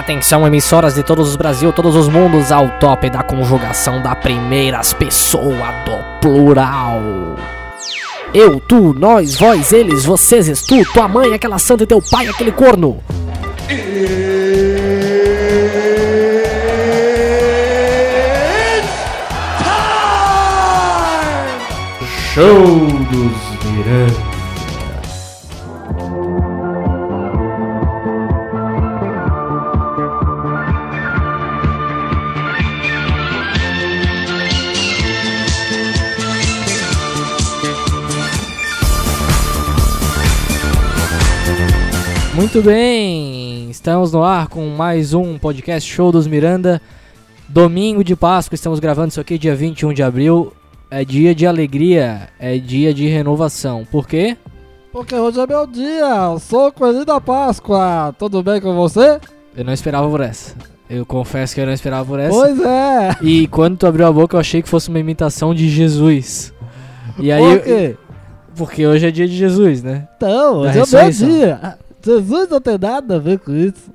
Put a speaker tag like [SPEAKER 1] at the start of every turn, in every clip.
[SPEAKER 1] Atenção, emissoras de todos os Brasil, todos os mundos, ao top da conjugação da primeira pessoa do plural. Eu, tu, nós, vós, eles, vocês, és tu, tua mãe, aquela santa e teu pai, aquele corno.
[SPEAKER 2] Show dos Mirantes.
[SPEAKER 1] Muito bem, estamos no ar com mais um podcast Show dos Miranda. Domingo de Páscoa, estamos gravando isso aqui dia 21 de abril. É dia de alegria, é dia de renovação. Por quê?
[SPEAKER 3] Porque hoje é meu dia, eu sou o Coelhinho da Páscoa. Tudo bem com você?
[SPEAKER 1] Eu não esperava por essa. Eu confesso que eu não esperava por essa.
[SPEAKER 3] Pois é.
[SPEAKER 1] E quando tu abriu a boca, eu achei que fosse uma imitação de Jesus. E aí,
[SPEAKER 3] Por quê?
[SPEAKER 1] porque hoje é dia de Jesus, né?
[SPEAKER 3] Então,
[SPEAKER 1] Da
[SPEAKER 3] hoje é meu
[SPEAKER 1] ressurreição.
[SPEAKER 3] dia. Ah, Jesus não tem nada a ver com isso.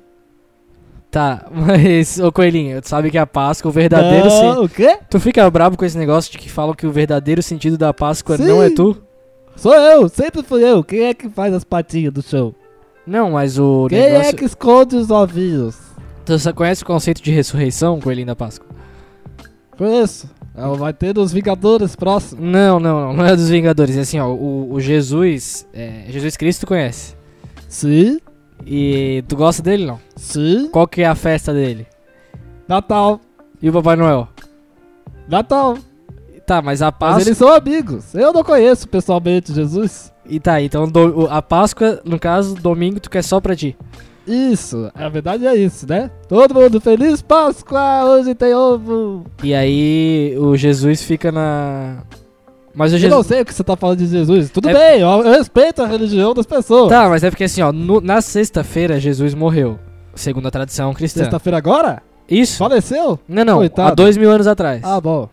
[SPEAKER 1] Tá, mas, ô Coelhinho, tu sabe que a Páscoa, o verdadeiro sen-
[SPEAKER 3] não, O quê?
[SPEAKER 1] Tu fica brabo com esse negócio de que falam que o verdadeiro sentido da Páscoa
[SPEAKER 3] Sim.
[SPEAKER 1] não é tu?
[SPEAKER 3] Sou eu, sempre fui eu. Quem é que faz as patinhas do show?
[SPEAKER 1] Não, mas o
[SPEAKER 3] Quem
[SPEAKER 1] negócio.
[SPEAKER 3] é que esconde os ovinhos?
[SPEAKER 1] Tu só conhece o conceito de ressurreição, Coelhinho da Páscoa?
[SPEAKER 3] Conheço. É, Vai ter dos Vingadores próximo.
[SPEAKER 1] Não, não, não, não é dos Vingadores. É assim, ó, o, o Jesus. é, Jesus Cristo tu conhece.
[SPEAKER 3] Sim,
[SPEAKER 1] E tu gosta dele, não?
[SPEAKER 3] sim.
[SPEAKER 1] Qual que é a festa dele?
[SPEAKER 3] Natal,
[SPEAKER 1] E o Papai Noel?
[SPEAKER 3] Natal.
[SPEAKER 1] Tá, mas a Páscoa.
[SPEAKER 3] Mas eles são amigos. Eu não conheço pessoalmente Jesus.
[SPEAKER 1] E tá, então do- o- a Páscoa, no caso, domingo, tu quer só pra ti.
[SPEAKER 3] Isso, a verdade é isso, né? Todo mundo feliz Páscoa, hoje tem ovo.
[SPEAKER 1] E aí o Jesus fica na. Mas o
[SPEAKER 3] Eu não
[SPEAKER 1] Jesus.
[SPEAKER 3] sei o que você tá falando de Jesus. Tudo
[SPEAKER 1] É-
[SPEAKER 3] bem, eu, eu respeito a religião das pessoas.
[SPEAKER 1] Tá, mas é porque assim, ó, no- na sexta-feira Jesus morreu. Segundo a tradição cristã.
[SPEAKER 3] Sexta-feira agora?
[SPEAKER 1] Isso?
[SPEAKER 3] Faleceu?
[SPEAKER 1] Não, não, há
[SPEAKER 3] Coitado.
[SPEAKER 1] dois mil anos atrás.
[SPEAKER 3] Ah, bom.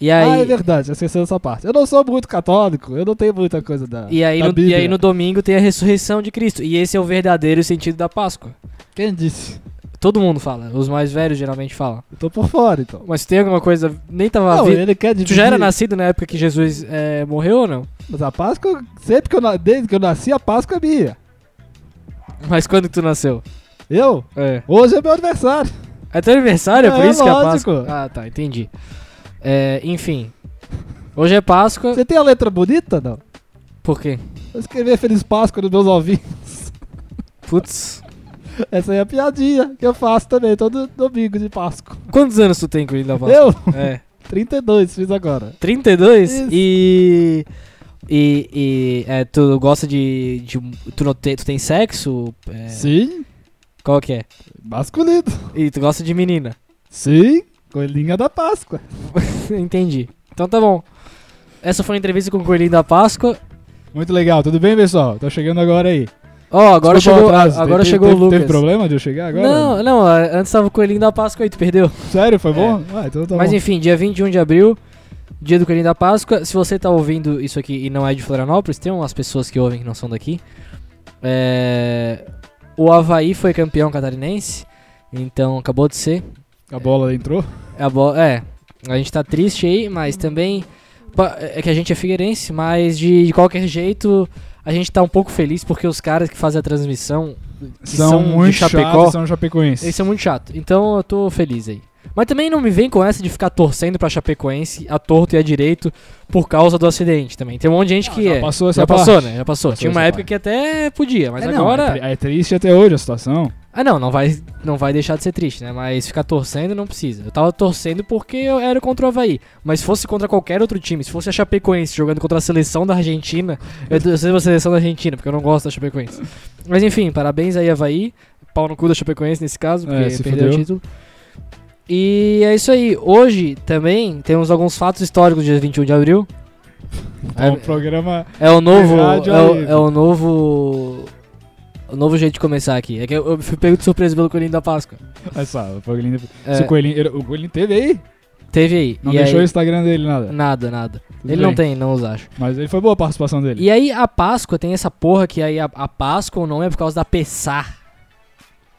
[SPEAKER 1] E
[SPEAKER 3] Ah, é
[SPEAKER 1] aí,
[SPEAKER 3] verdade, esqueci dessa parte. Eu não sou muito católico, eu não tenho muita coisa da.
[SPEAKER 1] e, aí
[SPEAKER 3] da
[SPEAKER 1] no, e
[SPEAKER 3] Bíblia.
[SPEAKER 1] aí no domingo tem a ressurreição de Cristo. E esse é o verdadeiro sentido da Páscoa.
[SPEAKER 3] Quem disse?
[SPEAKER 1] Todo mundo fala, os mais velhos geralmente falam.
[SPEAKER 3] Eu tô por fora, então.
[SPEAKER 1] Mas tem alguma coisa. Nem tava.
[SPEAKER 3] Não,
[SPEAKER 1] vi-
[SPEAKER 3] ele quer
[SPEAKER 1] Tu
[SPEAKER 3] dividir.
[SPEAKER 1] já era nascido na época que Jesus eh, morreu ou não?
[SPEAKER 3] Mas a Páscoa, sempre que eu, na- desde que eu nasci, a Páscoa é minha.
[SPEAKER 1] Mas quando que tu nasceu?
[SPEAKER 3] Eu?
[SPEAKER 1] É.
[SPEAKER 3] Hoje é meu aniversário.
[SPEAKER 1] É teu aniversário, é por
[SPEAKER 3] É,
[SPEAKER 1] isso que é
[SPEAKER 3] lógico.
[SPEAKER 1] Páscoa. Ah, tá, entendi. É, enfim. Hoje é Páscoa.
[SPEAKER 3] Você tem a letra bonita, não?
[SPEAKER 1] Por quê?
[SPEAKER 3] Vou escrever Feliz Páscoa nos meus ovinhos.
[SPEAKER 1] Putz.
[SPEAKER 3] Essa aí é a piadinha que eu faço também, todo domingo de Páscoa.
[SPEAKER 1] Quantos anos tu tem, Coelho da Páscoa?
[SPEAKER 3] Eu,
[SPEAKER 1] É.
[SPEAKER 3] 32, fiz agora.
[SPEAKER 1] 32?
[SPEAKER 3] Isso.
[SPEAKER 1] E. E. e é, tu gosta de. de tu, não tem, tu tem sexo? É,
[SPEAKER 3] Sim,
[SPEAKER 1] Qual que é?
[SPEAKER 3] masculino.
[SPEAKER 1] E tu gosta de menina?
[SPEAKER 3] Sim, coelhinha da Páscoa.
[SPEAKER 1] Entendi. Então tá bom. Essa foi a entrevista com o Coelhinho da Páscoa.
[SPEAKER 3] Muito legal, tudo bem, pessoal? Tô chegando agora aí.
[SPEAKER 1] Ó, agora
[SPEAKER 3] Desculpa o
[SPEAKER 1] chegou,
[SPEAKER 3] atraso,
[SPEAKER 1] agora
[SPEAKER 3] teve-
[SPEAKER 1] chegou
[SPEAKER 3] teve-
[SPEAKER 1] o Lucas.
[SPEAKER 3] Teve problema de eu chegar agora?
[SPEAKER 1] Não, não, a- antes tava o Coelhinho da Páscoa aí, tu perdeu.
[SPEAKER 3] Sério, foi bom? Ah, então tá
[SPEAKER 1] É. Mas
[SPEAKER 3] bom.
[SPEAKER 1] enfim, dia 21 de abril, dia do Coelhinho da Páscoa. Se você tá ouvindo isso aqui e não é de Florianópolis, tem umas pessoas que ouvem que não são daqui. É, O Havaí foi campeão catarinense, então acabou de ser.
[SPEAKER 3] A bola entrou?
[SPEAKER 1] A bo- É, a gente tá triste aí, mas também. pa- É que a gente é figueirense, mas de, de qualquer jeito a gente tá um pouco feliz porque os caras que fazem a transmissão, são de
[SPEAKER 3] muito
[SPEAKER 1] Chapecó.
[SPEAKER 3] chatos, são chapecoenses.
[SPEAKER 1] eles são muito chato. Então eu tô feliz aí. Mas também não me vem com essa de ficar torcendo pra Chapecoense a torto e a direito por causa do acidente também. Tem um monte de gente que
[SPEAKER 3] já
[SPEAKER 1] é.
[SPEAKER 3] passou essa
[SPEAKER 1] já passou,
[SPEAKER 3] parte.
[SPEAKER 1] né? Já passou.
[SPEAKER 3] Passou
[SPEAKER 1] Tinha uma
[SPEAKER 3] essa
[SPEAKER 1] época
[SPEAKER 3] parte.
[SPEAKER 1] que até podia, mas
[SPEAKER 3] É, não,
[SPEAKER 1] agora.
[SPEAKER 3] é tri- é triste até hoje a situação.
[SPEAKER 1] Ah, não, não vai, não vai deixar de ser triste, né? Mas ficar torcendo não precisa. Eu tava torcendo porque eu era contra o Havaí. Mas se fosse contra qualquer outro time, se fosse a Chapecoense jogando contra a seleção da Argentina, eu torcendo a seleção da Argentina, porque eu não gosto da Chapecoense. Mas enfim, parabéns aí, Havaí. Pau no cu da Chapecoense nesse caso,
[SPEAKER 3] É,
[SPEAKER 1] porque
[SPEAKER 3] se
[SPEAKER 1] perdeu o
[SPEAKER 3] fudeu.
[SPEAKER 1] título. E é isso aí. Hoje também temos alguns fatos históricos do dia 21 de abril.
[SPEAKER 3] É um programa.
[SPEAKER 1] É o novo.
[SPEAKER 3] Rádio
[SPEAKER 1] É o,
[SPEAKER 3] aí.
[SPEAKER 1] é o novo. O novo jeito de começar aqui. É que eu, eu fui pego de surpresa pelo Coelhinho da Páscoa.
[SPEAKER 3] Olha só, o Coelhinho.
[SPEAKER 1] É,
[SPEAKER 3] Se o Coelhinho. ele- O Coelhinho teve aí?
[SPEAKER 1] teve aí.
[SPEAKER 3] Não
[SPEAKER 1] e
[SPEAKER 3] deixou o
[SPEAKER 1] aí,
[SPEAKER 3] Instagram dele nada.
[SPEAKER 1] Nada, nada.
[SPEAKER 3] Tudo
[SPEAKER 1] ele não
[SPEAKER 3] bem.
[SPEAKER 1] tem, não os acho.
[SPEAKER 3] Mas ele foi boa a participação dele.
[SPEAKER 1] E aí a Páscoa tem essa porra que aí a, a Páscoa o nome é por causa da Pessar.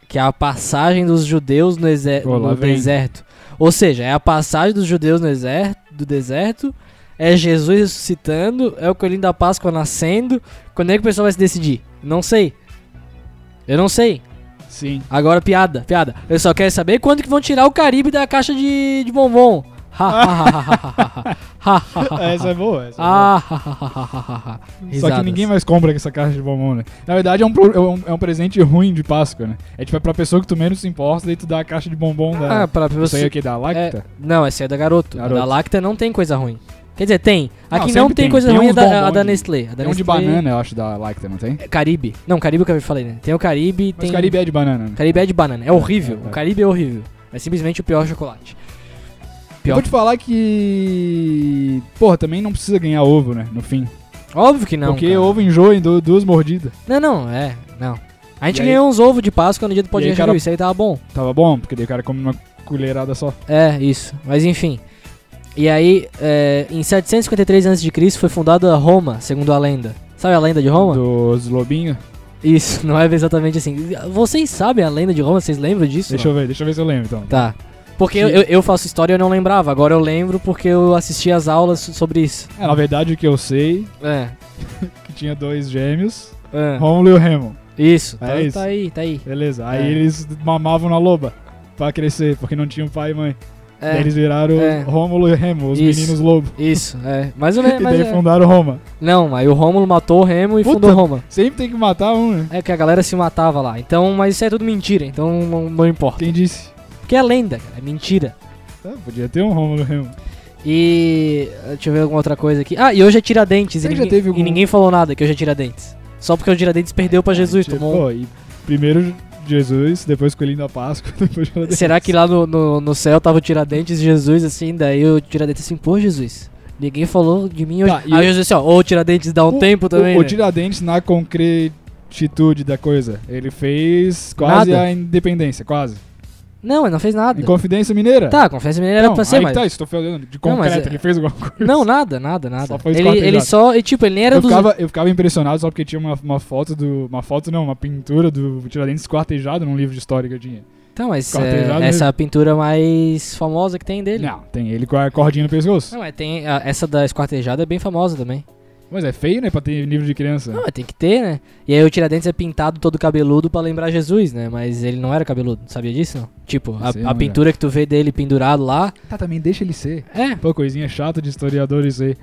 [SPEAKER 1] que é a passagem dos judeus no, exer-
[SPEAKER 3] Pô, lá
[SPEAKER 1] no
[SPEAKER 3] vem.
[SPEAKER 1] deserto. Ou seja, é a passagem dos judeus no exer- do deserto, é Jesus ressuscitando, é o Coelhinho da Páscoa nascendo. Quando é que o pessoal vai se decidir? Não sei. Eu não sei.
[SPEAKER 3] Sim.
[SPEAKER 1] Agora, piada, piada. Eu só quero saber quando que vão tirar o Caribe da caixa de, de bombom. Ha, ha, ha, ha, ha, ha, ha, ha, ha, ha.
[SPEAKER 3] essa é boa. Essa é boa.
[SPEAKER 1] Ah, ha, ha, ha, ha, ha, ha.
[SPEAKER 3] Só que
[SPEAKER 1] Risadas.
[SPEAKER 3] ninguém mais compra essa caixa de bombom, né? Na verdade, é um, pro- é um, é um presente ruim de Páscoa, né? É tipo, é pra pessoa que tu menos se importa, daí tu dá a caixa de bombom
[SPEAKER 1] Ah,
[SPEAKER 3] da.
[SPEAKER 1] pra
[SPEAKER 3] Isso aí
[SPEAKER 1] você.
[SPEAKER 3] é que da Lacta?
[SPEAKER 1] É, não, essa é da Garoto. A Da
[SPEAKER 3] Garoto.
[SPEAKER 1] Lacta não tem coisa ruim. Quer dizer, tem.
[SPEAKER 3] Não,
[SPEAKER 1] Aqui
[SPEAKER 3] sempre
[SPEAKER 1] não, tem,
[SPEAKER 3] tem.
[SPEAKER 1] coisa
[SPEAKER 3] Tem
[SPEAKER 1] ruim, é
[SPEAKER 3] uns
[SPEAKER 1] da,
[SPEAKER 3] bombom
[SPEAKER 1] a da
[SPEAKER 3] de-
[SPEAKER 1] Nestlé. A da
[SPEAKER 3] Tem um de
[SPEAKER 1] Nestlé-
[SPEAKER 3] banana, eu acho, da Lacta, não tem?
[SPEAKER 1] é Caribe. Não, Caribe que eu falei, né? Tem o Caribe,
[SPEAKER 3] Mas
[SPEAKER 1] tem...
[SPEAKER 3] Caribe é de banana, né?
[SPEAKER 1] Caribe é de banana. É horrível.
[SPEAKER 3] É, é.
[SPEAKER 1] O Caribe é horrível. É simplesmente o pior chocolate.
[SPEAKER 3] Eu
[SPEAKER 1] Pior.
[SPEAKER 3] Vou te falar que. Porra, também não precisa ganhar ovo, né? No fim.
[SPEAKER 1] Óbvio que não,
[SPEAKER 3] Porque
[SPEAKER 1] cara.
[SPEAKER 3] ovo enjoa em du- duas mordidas.
[SPEAKER 1] Não, não, é. Não. A gente
[SPEAKER 3] E aí-
[SPEAKER 1] ganhou uns ovos de Páscoa no dia do podcast,
[SPEAKER 3] cara-
[SPEAKER 1] viu? isso aí tava bom.
[SPEAKER 3] Tava bom, porque daí o cara come uma colherada só.
[SPEAKER 1] É, isso. Mas enfim. E aí, é, em 753 a.C. foi fundada Roma, segundo a lenda. Sabe a lenda de Roma?
[SPEAKER 3] Dos lobinhos.
[SPEAKER 1] Isso, não é exatamente assim. Vocês sabem a lenda de Roma? Vocês lembram disso?
[SPEAKER 3] Deixa eu ver, deixa eu ver se eu lembro então.
[SPEAKER 1] Tá. Porque eu, eu- eu faço história e eu não lembrava. Agora eu lembro porque eu assisti as aulas so- sobre isso.
[SPEAKER 3] É, na verdade, o que eu sei
[SPEAKER 1] É.
[SPEAKER 3] que tinha dois gêmeos,
[SPEAKER 1] é.
[SPEAKER 3] Rômulo e o Remo.
[SPEAKER 1] Isso.
[SPEAKER 3] É
[SPEAKER 1] tá,
[SPEAKER 3] isso.
[SPEAKER 1] tá aí, tá aí.
[SPEAKER 3] Beleza. Aí
[SPEAKER 1] É.
[SPEAKER 3] eles mamavam na loba pra crescer, porque não tinham pai e mãe.
[SPEAKER 1] É,
[SPEAKER 3] Daí eles viraram
[SPEAKER 1] É.
[SPEAKER 3] Rômulo e Remo, os
[SPEAKER 1] Isso.
[SPEAKER 3] meninos lobo.
[SPEAKER 1] Isso, é. Mais ou
[SPEAKER 3] E
[SPEAKER 1] menos. mas
[SPEAKER 3] daí
[SPEAKER 1] é.
[SPEAKER 3] fundaram Roma.
[SPEAKER 1] Não, aí o Rômulo matou o Remo e
[SPEAKER 3] Puta.
[SPEAKER 1] fundou Roma.
[SPEAKER 3] Sempre tem que matar um, né?
[SPEAKER 1] É que a galera se matava lá. Então, mas isso é tudo mentira, então não, não importa.
[SPEAKER 3] Quem disse?
[SPEAKER 1] Porque é lenda, cara, é mentira.
[SPEAKER 3] Ah, podia ter um Rômulo e Remo.
[SPEAKER 1] E. eh, Deixa eu ver alguma outra coisa aqui. Ah, e hoje é Tiradentes. E
[SPEAKER 3] Será que já
[SPEAKER 1] ninguém,
[SPEAKER 3] teve
[SPEAKER 1] e
[SPEAKER 3] algum-
[SPEAKER 1] ninguém falou nada que hoje é Tiradentes. Só porque o Tiradentes perdeu pra Jesus.
[SPEAKER 3] Tipo,
[SPEAKER 1] tomou um-
[SPEAKER 3] pô, e primeiro Jesus, depois Coelhinho da Páscoa, depois Tiradentes.
[SPEAKER 1] Será que lá no, no, no céu tava o Tiradentes e Jesus assim? Daí o Tiradentes assim, pô, Jesus. Ninguém falou de mim hoje.
[SPEAKER 3] Tá, e
[SPEAKER 1] Aí
[SPEAKER 3] o-
[SPEAKER 1] Jesus assim, ó, ô Tiradentes dá um tempo também.
[SPEAKER 3] O,
[SPEAKER 1] né?
[SPEAKER 3] Tiradentes, na concretitude da coisa, ele fez quase
[SPEAKER 1] Nada.
[SPEAKER 3] a independência, quase.
[SPEAKER 1] Não, ele não fez nada.
[SPEAKER 3] Em Confidência Mineira.
[SPEAKER 1] Tá, confessa menina era
[SPEAKER 3] Então,
[SPEAKER 1] pra ser,
[SPEAKER 3] aí
[SPEAKER 1] mas.
[SPEAKER 3] que tá, isso, tô falando de
[SPEAKER 1] Não, mas
[SPEAKER 3] concreto,
[SPEAKER 1] é-
[SPEAKER 3] ele fez alguma coisa.
[SPEAKER 1] Não, nada, nada, nada.
[SPEAKER 3] Só foi os
[SPEAKER 1] ele,
[SPEAKER 3] quatro
[SPEAKER 1] ele
[SPEAKER 3] pegados.
[SPEAKER 1] só, e, tipo, ele nem era
[SPEAKER 3] Eu
[SPEAKER 1] dos.
[SPEAKER 3] ficava, eu ficava impressionado só porque tinha uma, uma foto do. Uma foto não, uma pintura do Tiradentes quartejado num livro de história que eu tinha.
[SPEAKER 1] Então, mas
[SPEAKER 3] ficava
[SPEAKER 1] é,
[SPEAKER 3] atrasado
[SPEAKER 1] essa é a pintura mais famosa que tem dele. Ah.
[SPEAKER 3] Não, tem ele com a cordinha no pescoço.
[SPEAKER 1] Não, mas tem. a- essa da esquartejada é bem famosa também.
[SPEAKER 3] Mas é feio, né? Pra ter livro de criança.
[SPEAKER 1] Não, mas tem que ter, né? E aí o Tiradentes é pintado todo cabeludo pra lembrar Jesus, né? Mas ele não era cabeludo, sabia disso? Não? Tipo, a,
[SPEAKER 3] Sei,
[SPEAKER 1] a
[SPEAKER 3] não era.
[SPEAKER 1] pintura que tu vê dele pendurado lá.
[SPEAKER 3] Tá, também deixa ele ser.
[SPEAKER 1] É,
[SPEAKER 3] Pô, coisinha chata de historiador isso aí.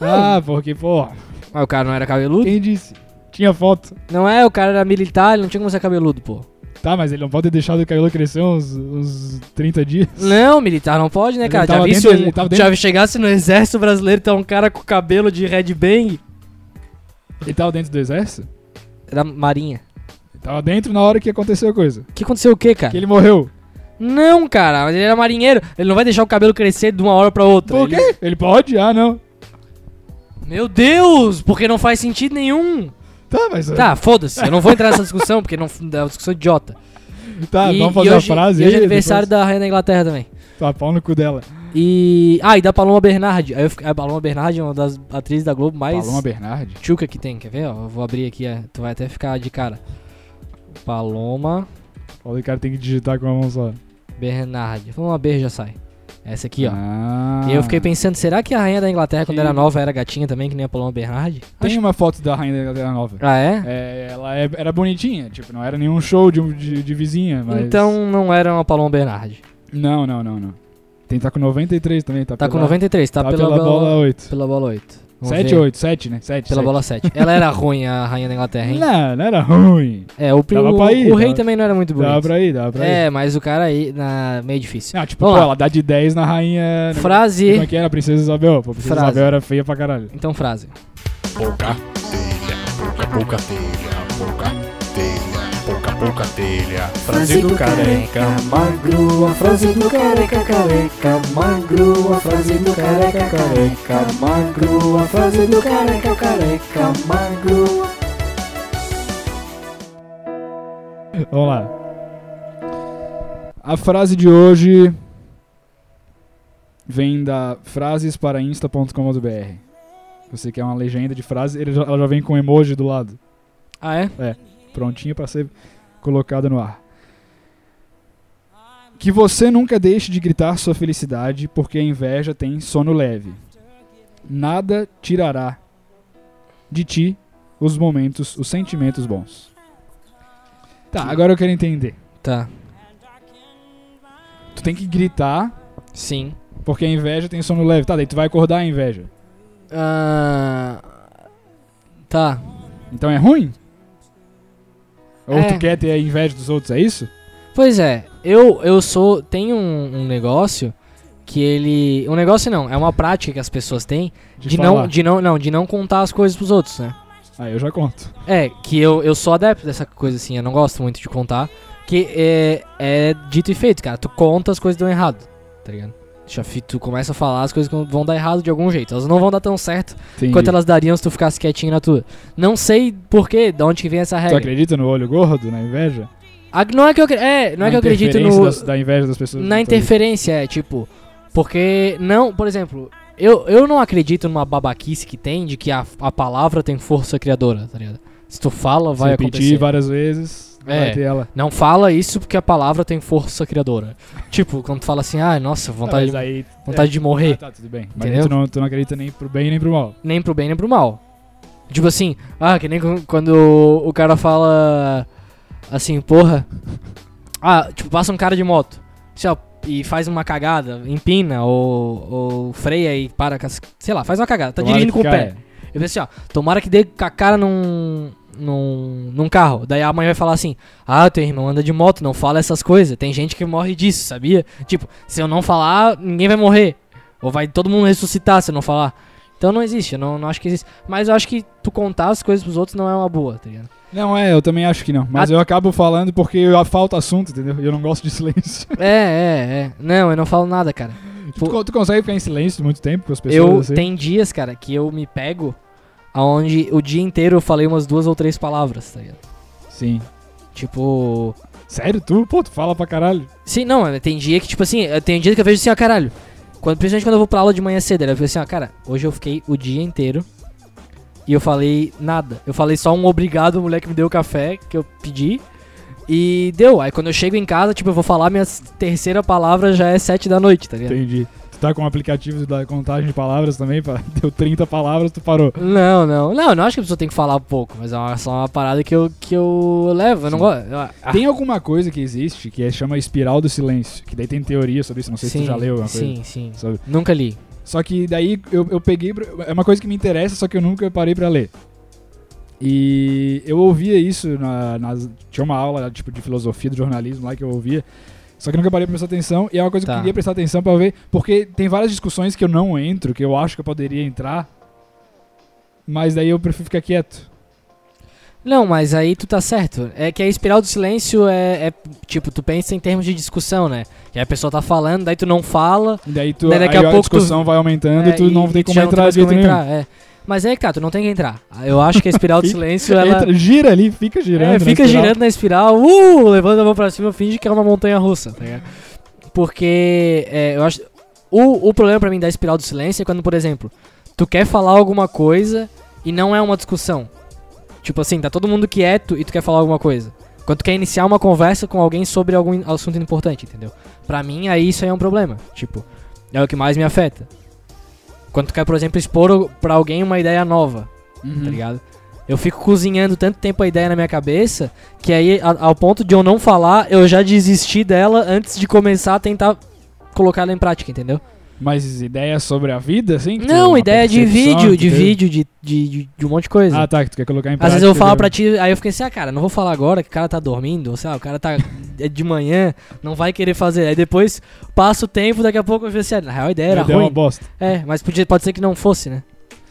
[SPEAKER 1] Ah.
[SPEAKER 3] Ah, porque, porra,
[SPEAKER 1] mas o cara não era cabeludo?
[SPEAKER 3] quem disse? Tinha foto.
[SPEAKER 1] Não é, o cara era militar, ele não tinha como ser cabeludo, pô.
[SPEAKER 3] Tá, mas ele não pode ter deixado o cabelo crescer uns, uns 30 dias.
[SPEAKER 1] Não, militar não pode, né,
[SPEAKER 3] Mas
[SPEAKER 1] cara?
[SPEAKER 3] ele
[SPEAKER 1] Já
[SPEAKER 3] tava
[SPEAKER 1] vi
[SPEAKER 3] dentro-
[SPEAKER 1] isso-
[SPEAKER 3] ele tava
[SPEAKER 1] Já chegasse no exército brasileiro, tá um cara com cabelo de Red Bang
[SPEAKER 3] Ele tava dentro do exército?
[SPEAKER 1] da marinha.
[SPEAKER 3] Ele tava dentro na hora que aconteceu a coisa.
[SPEAKER 1] O que aconteceu o quê, cara?
[SPEAKER 3] Que ele morreu.
[SPEAKER 1] Não, cara, mas ele era marinheiro. Ele não vai deixar o cabelo crescer de uma hora pra outra.
[SPEAKER 3] Por quê?
[SPEAKER 1] Então Ele-
[SPEAKER 3] Ele pode? Ah, não.
[SPEAKER 1] Meu Deus, porque não faz sentido nenhum.
[SPEAKER 3] Tá, mas.
[SPEAKER 1] Tá, foda-se, eu não vou entrar nessa discussão, porque não, é uma discussão idiota.
[SPEAKER 3] Tá,
[SPEAKER 1] E-
[SPEAKER 3] vamos
[SPEAKER 1] e
[SPEAKER 3] fazer
[SPEAKER 1] hoje,
[SPEAKER 3] a frase
[SPEAKER 1] e hoje
[SPEAKER 3] aí.
[SPEAKER 1] é aniversário da Rainha da Inglaterra também.
[SPEAKER 3] depois- Tá, pau no cu dela.
[SPEAKER 1] E. Ah, e da Paloma Bernardi. Aí eu fiquei- A Paloma Bernardi é uma das atrizes da Globo mais
[SPEAKER 3] Paloma Bernardi?
[SPEAKER 1] tchuca que tem, quer ver? Ó, eu vou abrir aqui, é, tu vai até ficar de cara. Paloma
[SPEAKER 3] Olha, o cara tem que digitar com a mão só.
[SPEAKER 1] Bernardi. Vamos uma B já sai. Essa aqui, ó.
[SPEAKER 3] Ah.
[SPEAKER 1] E eu fiquei pensando, será que a Rainha da Inglaterra, quando
[SPEAKER 3] Que-
[SPEAKER 1] era nova, era gatinha também, que nem a Paloma Bernardi?
[SPEAKER 3] Tem uma foto da Rainha da Inglaterra Nova.
[SPEAKER 1] Ah, é?
[SPEAKER 3] É, ela é- era bonitinha, tipo, não era nenhum show de, de, de vizinha, mas. Tá
[SPEAKER 1] Então não era uma Paloma Bernardi.
[SPEAKER 3] Não, não, não, não. Tem tá com 93 também, tá
[SPEAKER 1] Tá
[SPEAKER 3] pela-
[SPEAKER 1] com 93, tá,
[SPEAKER 3] Tá, pela, bola 8.
[SPEAKER 1] Pela bola 8. Vamos
[SPEAKER 3] 7
[SPEAKER 1] ver.
[SPEAKER 3] ou 8, 7, né? 7.
[SPEAKER 1] Pela bola 7. Ela era ruim, a Rainha da Inglaterra, hein?
[SPEAKER 3] Não, não era ruim.
[SPEAKER 1] É, o, pri-
[SPEAKER 3] Dava
[SPEAKER 1] o-
[SPEAKER 3] pra ir,
[SPEAKER 1] o rei
[SPEAKER 3] dava-
[SPEAKER 1] também não era muito
[SPEAKER 3] Dava
[SPEAKER 1] bonito.
[SPEAKER 3] pra ir, dava pra ir.
[SPEAKER 1] É, mas o cara aí, na... meio difícil.
[SPEAKER 3] Ah, tipo,
[SPEAKER 1] Vamos
[SPEAKER 3] pô,
[SPEAKER 1] lá.
[SPEAKER 3] ela dá de 10 na rainha. Como é
[SPEAKER 1] Frase.
[SPEAKER 3] que era? Princesa Isabel. Pô, Princesa
[SPEAKER 1] Frase.
[SPEAKER 3] Isabel era feia pra caralho.
[SPEAKER 1] Então, frase.
[SPEAKER 4] pouca telha, pouca pouca telha, pouca telha, pouca pouca telha.
[SPEAKER 5] Frase do careca magro, a frase do careca careca magro, a frase do careca careca magro, a frase do careca careca magro.
[SPEAKER 3] Vamos lá. A frase de hoje vem da frasesparainsta.com.br. Você quer uma legenda de frase, ele já- ela já vem com emoji do lado.
[SPEAKER 1] Ah, é?
[SPEAKER 3] prontinha pra ser colocada no ar. Que você nunca deixe de gritar sua felicidade, porque a inveja tem sono leve. Nada tirará de ti os momentos, os sentimentos bons. Tá, agora eu quero entender.
[SPEAKER 1] Tá.
[SPEAKER 3] Tu tem que gritar,
[SPEAKER 1] Sim.
[SPEAKER 3] porque a inveja tem sono leve. Tá, daí tu vai acordar a inveja.
[SPEAKER 1] Ah, tá.
[SPEAKER 3] Então é ruim? Ou
[SPEAKER 1] É.
[SPEAKER 3] tu quer ter a inveja dos outros, é isso?
[SPEAKER 1] Pois é, eu, eu sou. Tem um, um negócio que ele. Um negócio não, é uma prática que as pessoas têm de,
[SPEAKER 3] falar.
[SPEAKER 1] não, de não. Não, de não contar as coisas pros outros, né?
[SPEAKER 3] Aí eu já conto.
[SPEAKER 1] É, que eu, eu sou adepto dessa coisa assim, eu não gosto muito de contar. Que é, é dito e feito, cara. Tu conta as coisas que dão errado, tá ligado? Já fi- tu começa a falar, as coisas vão dar errado de algum jeito. Elas não vão dar tão certo
[SPEAKER 3] Entendi.
[SPEAKER 1] quanto elas dariam se tu ficasse quietinho na tua. Não sei porquê, de onde que vem essa
[SPEAKER 3] Tu
[SPEAKER 1] regra.
[SPEAKER 3] acredita no olho gordo, na inveja?
[SPEAKER 1] Ah, não é que eu, acre- é, não é
[SPEAKER 3] Na
[SPEAKER 1] que eu acredito
[SPEAKER 3] interferência
[SPEAKER 1] no,
[SPEAKER 3] das- da inveja das pessoas.
[SPEAKER 1] na interferência, é, tipo, porque não, por exemplo, eu, eu não acredito numa babaquice que tem de que a, a palavra tem força criadora, tá ligado? Se tu fala,
[SPEAKER 3] Vai
[SPEAKER 1] vai
[SPEAKER 3] repetir
[SPEAKER 1] acontecer.
[SPEAKER 3] várias vezes, vai
[SPEAKER 1] É.
[SPEAKER 3] ter ela.
[SPEAKER 1] Não fala isso porque a palavra tem força criadora. tipo, quando tu fala assim, ah, nossa,
[SPEAKER 3] Ah,
[SPEAKER 1] vontade,
[SPEAKER 3] mas aí-
[SPEAKER 1] vontade de morrer.
[SPEAKER 3] Ah, tá, tudo bem. Mas
[SPEAKER 1] Entendeu?
[SPEAKER 3] tu não, tu não acredita nem pro bem nem pro mal.
[SPEAKER 1] nem pro bem nem pro mal. Tipo assim, ah, que nem quan- quando o cara fala assim, porra. Ah, tipo, passa um cara de moto assim, ó, e faz uma cagada, empina ou, ou freia e para, com as- sei lá, faz uma cagada, tá
[SPEAKER 3] Tomara
[SPEAKER 1] dirigindo
[SPEAKER 3] que é.
[SPEAKER 1] com o pé.
[SPEAKER 3] caia.
[SPEAKER 1] Eu penso assim, ó, tomara que dê com a cara num, num, num carro. Daí a mãe vai falar assim: Ah, teu irmão anda de moto, não fala essas coisas. Tem gente que morre disso, sabia? Tipo, se eu não falar, ninguém vai morrer. Ou vai todo mundo ressuscitar se eu não falar. Então não existe, eu não, não acho que existe. Mas eu acho que tu contar as coisas pros outros não é uma boa, tá ligado?
[SPEAKER 3] Não, é, eu também acho que não. Mas
[SPEAKER 1] Ah.
[SPEAKER 3] eu acabo falando porque eu falta assunto, entendeu? E eu não gosto de silêncio.
[SPEAKER 1] É, é, é. Não, eu não falo nada, cara. Pô.
[SPEAKER 3] Tu, co- tu consegue ficar em silêncio muito tempo com as pessoas?
[SPEAKER 1] Eu
[SPEAKER 3] assim?
[SPEAKER 1] tem dias, cara, que eu me pego aonde o dia inteiro eu falei umas duas ou três palavras, tá ligado?
[SPEAKER 3] Sim.
[SPEAKER 1] Tipo,
[SPEAKER 3] Sério, tu? Pô, tu fala pra caralho.
[SPEAKER 1] Sim, não, mas tem dia que, tipo assim, eu- tem dia que eu vejo assim, ó, caralho. Quando, principalmente quando eu vou pra aula de manhã cedo, aí eu vejo assim, ó, cara, hoje eu fiquei o dia inteiro e eu falei nada. Eu falei só um obrigado, mulher que me deu o café que eu pedi. E deu. Aí quando eu chego em casa, tipo, eu vou falar, minha s- terceira palavra já é sete da noite, tá ligado?
[SPEAKER 3] Entendi. Tu tá com um aplicativo da contagem de palavras também, pra... deu 30 palavras, tu parou.
[SPEAKER 1] Não, não. Não, eu não acho que a pessoa tem que falar pouco, mas é uma- só uma parada que eu, que eu levo. Eu não
[SPEAKER 3] Sim.
[SPEAKER 1] gosto. eu- ah,
[SPEAKER 3] Tem alguma coisa que existe que é, chama espiral do silêncio, que daí tem teoria sobre isso, não sei se
[SPEAKER 1] sim,
[SPEAKER 3] tu já leu alguma coisa.
[SPEAKER 1] Sim, sim.
[SPEAKER 3] Sobre...
[SPEAKER 1] Nunca li.
[SPEAKER 3] Só que daí eu, eu peguei. pra- É uma coisa que me interessa, só que eu nunca parei pra ler. E eu ouvia isso na, nas- tinha uma aula tipo de filosofia do jornalismo lá que eu ouvia. Só que eu nunca parei pra prestar atenção, e é uma coisa que eu
[SPEAKER 1] Tá.
[SPEAKER 3] queria prestar atenção pra ver, porque tem várias discussões que eu não entro, que eu acho que eu poderia entrar, mas daí eu prefiro ficar quieto.
[SPEAKER 1] Não, mas aí tu tá certo. É que a espiral do silêncio é, é, tipo, tu pensa em termos de discussão, né? Que aí a pessoa tá falando, daí tu não fala,
[SPEAKER 3] E daí tu
[SPEAKER 1] Daí daqui
[SPEAKER 3] aí
[SPEAKER 1] a pouco tu-
[SPEAKER 3] discussão vai aumentando,
[SPEAKER 1] é,
[SPEAKER 3] e tu não
[SPEAKER 1] e
[SPEAKER 3] tem
[SPEAKER 1] tu
[SPEAKER 3] como
[SPEAKER 1] já não
[SPEAKER 3] entrar
[SPEAKER 1] mais
[SPEAKER 3] de jeito
[SPEAKER 1] como
[SPEAKER 3] nenhum.
[SPEAKER 1] entrar, é. Mas é que tá, tu não tem que entrar. Eu acho que a espiral do silêncio ela
[SPEAKER 3] Entra- gira ali, fica
[SPEAKER 1] é,
[SPEAKER 3] girando. na
[SPEAKER 1] fica
[SPEAKER 3] espiral.
[SPEAKER 1] girando na espiral, uh, levando a mão pra cima, finge que é uma montanha russa, tá ligado? Porque é, eu acho o, o problema pra mim da espiral do silêncio é quando, por exemplo, tu quer falar alguma coisa e não é uma discussão. Tipo assim, tá todo mundo quieto e tu quer falar alguma coisa. Quando tu quer iniciar uma conversa com alguém sobre algum assunto importante, entendeu? Pra mim, aí isso aí é um problema. Tipo, é o que mais me afeta. Quando tu quer, por exemplo, expor o- pra alguém uma ideia nova
[SPEAKER 3] Uhum.
[SPEAKER 1] tá ligado? Eu fico cozinhando tanto tempo a ideia na minha cabeça que aí, a- ao ponto de eu não falar, eu já desisti dela antes de começar a tentar colocar ela em prática, entendeu?
[SPEAKER 3] Mas ideia sobre a vida, assim?
[SPEAKER 1] Não,
[SPEAKER 3] Uma
[SPEAKER 1] ideia de
[SPEAKER 3] percepção
[SPEAKER 1] vídeo,
[SPEAKER 3] que
[SPEAKER 1] de
[SPEAKER 3] teve?
[SPEAKER 1] vídeo, de, de, de, de um monte de coisa.
[SPEAKER 3] Ah, tá, que tu quer colocar em prática.
[SPEAKER 1] Às vezes eu falo
[SPEAKER 3] entendeu?
[SPEAKER 1] pra ti, aí eu fiquei assim, ah, cara, não vou falar agora que o cara tá dormindo, ou sei lá, o cara tá é de manhã, não vai querer fazer. Aí depois passa o tempo, daqui a pouco eu vejo assim, ah, na real a ideia era
[SPEAKER 3] Mas deu uma
[SPEAKER 1] ruim.
[SPEAKER 3] bosta.
[SPEAKER 1] É, mas podia, pode ser que não fosse, né?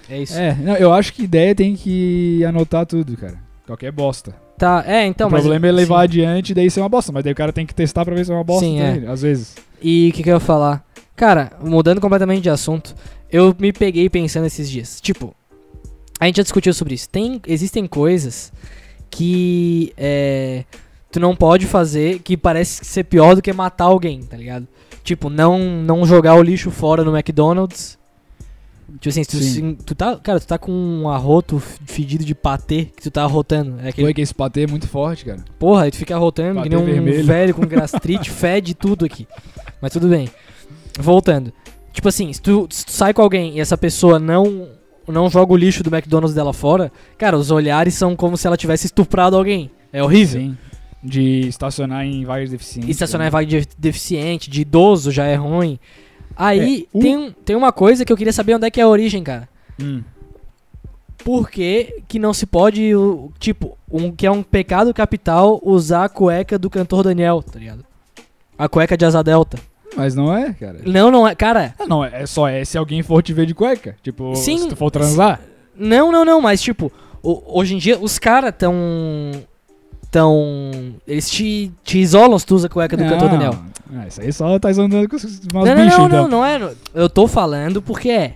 [SPEAKER 1] É isso.
[SPEAKER 3] É, não, eu acho que ideia tem que anotar tudo, cara. Qualquer bosta.
[SPEAKER 1] Tá, é, então,
[SPEAKER 3] o
[SPEAKER 1] mas.
[SPEAKER 3] problema é
[SPEAKER 1] sim.
[SPEAKER 3] levar adiante e daí ser uma bosta. Mas daí o cara tem que testar pra ver se é uma bosta
[SPEAKER 1] Sim,
[SPEAKER 3] também, às vezes.
[SPEAKER 1] E o que, que eu ia falar? Cara, mudando completamente de assunto, eu me peguei pensando esses dias. Tipo, a gente já discutiu sobre isso. Tem, existem coisas que é, tu não pode fazer que parece ser pior do que matar alguém, tá ligado? Tipo, não, não jogar o lixo fora no McDonald's. Tipo assim, tu,
[SPEAKER 3] Sim.
[SPEAKER 1] se- tu tá. Cara, tu tá com um arroto f- fedido de patê que tu tá arrotando. É aquele,
[SPEAKER 3] Foi que esse patê é muito forte, cara.
[SPEAKER 1] porra, aí tu fica arrotando que
[SPEAKER 3] Patê
[SPEAKER 1] nem um
[SPEAKER 3] vermelho.
[SPEAKER 1] velho com gastrite, fede tudo aqui. Mas tudo bem. Voltando. Tipo assim, se tu, se tu sai com alguém e essa pessoa não não joga o lixo do McDonald's dela fora, cara, os olhares são como se ela tivesse estuprado alguém. É horrível.
[SPEAKER 3] Sim. De estacionar em várias deficiências.
[SPEAKER 1] E estacionar em vaga de deficiente, de idoso já é ruim. Aí
[SPEAKER 3] É, o-
[SPEAKER 1] tem, um- tem uma coisa que eu queria saber onde é que é a origem, cara.
[SPEAKER 3] Hum.
[SPEAKER 1] Por que, que não se pode, o- tipo, um que é um pecado capital usar a cueca do cantor Daniel, tá ligado? A cueca de asa delta.
[SPEAKER 3] Mas não é, cara.
[SPEAKER 1] Não, não é. Cara,
[SPEAKER 3] Ah, Não, é só é se alguém for te ver de cueca. Tipo,
[SPEAKER 1] Sim.
[SPEAKER 3] se tu for transar.
[SPEAKER 1] não, não, não, mas tipo, o- hoje em dia os caras tão. tão. Eles te, te isolam se tu usa a cueca do cantor Daniel.
[SPEAKER 3] Não, Ah, isso aí só tá andando com os maus
[SPEAKER 1] não, não,
[SPEAKER 3] bichos,
[SPEAKER 1] não, não,
[SPEAKER 3] então.
[SPEAKER 1] não é. Eu tô falando porque é.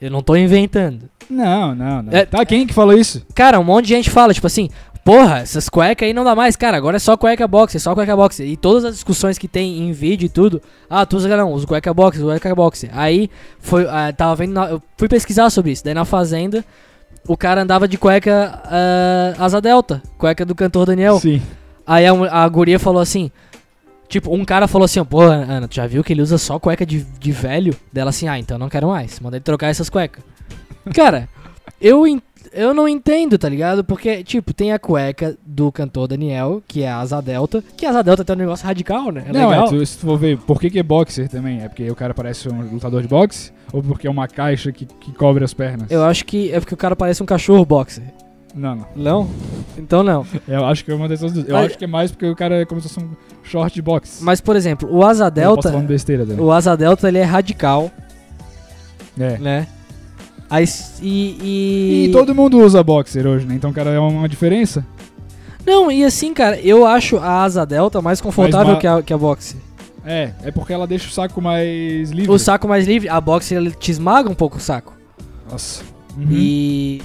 [SPEAKER 1] Eu não tô inventando.
[SPEAKER 3] Não, não, não.
[SPEAKER 1] É-
[SPEAKER 3] Tá, quem que falou isso?
[SPEAKER 1] Cara, um monte de gente fala, tipo assim, porra, essas cuecas aí não dá mais, cara, agora é só cueca boxer, só cueca boxer. E todas as discussões que tem em vídeo e tudo, ah, tu usa não, usa cueca boxer, usa cueca boxer. Aí, foi, ah, tava vendo, na- eu fui pesquisar sobre isso, daí na Fazenda, o cara andava de cueca ah, asa delta, cueca do cantor Daniel.
[SPEAKER 3] Sim.
[SPEAKER 1] Aí a, mu- a guria falou assim. Tipo, um cara falou assim, pô, Ana, tu já viu que ele usa só cueca de, de velho? Dela assim, ah, então não quero mais. Manda ele trocar essas cuecas. cara, eu, en- eu não entendo, tá ligado? Porque, tipo, tem a cueca do cantor Daniel, que é a Asa Delta. Que a Asa Delta tem um negócio radical, né? É
[SPEAKER 3] não,
[SPEAKER 1] legal.
[SPEAKER 3] é, tu, se tu for ver, por que, que é boxer também? É porque o cara parece um lutador de boxe? Ou porque é uma caixa que, que cobre as pernas?
[SPEAKER 1] Eu acho que é porque o cara parece um cachorro boxer.
[SPEAKER 3] Não, não.
[SPEAKER 1] Não? Então não.
[SPEAKER 3] Eu acho que é uma dessas duas. Eu
[SPEAKER 1] Mas-
[SPEAKER 3] acho que é mais porque o cara é como se fosse um short de boxe.
[SPEAKER 1] Mas, por exemplo, o Asa
[SPEAKER 3] Eu Posso um
[SPEAKER 1] Delta.
[SPEAKER 3] falando besteira também.
[SPEAKER 1] O Asa Delta ele é radical,
[SPEAKER 3] É.
[SPEAKER 1] né? Aí, s- e,
[SPEAKER 3] E todo mundo usa boxer hoje, né? Então, cara, é uma diferença.
[SPEAKER 1] Não, e assim, cara, eu acho a asa delta mais confortável
[SPEAKER 3] Mas uma-
[SPEAKER 1] que, a, que a boxer.
[SPEAKER 3] É, é porque ela deixa o saco mais livre.
[SPEAKER 1] O saco mais livre, a boxer ele te esmaga um pouco o saco.
[SPEAKER 3] Nossa. Uhum.
[SPEAKER 1] E.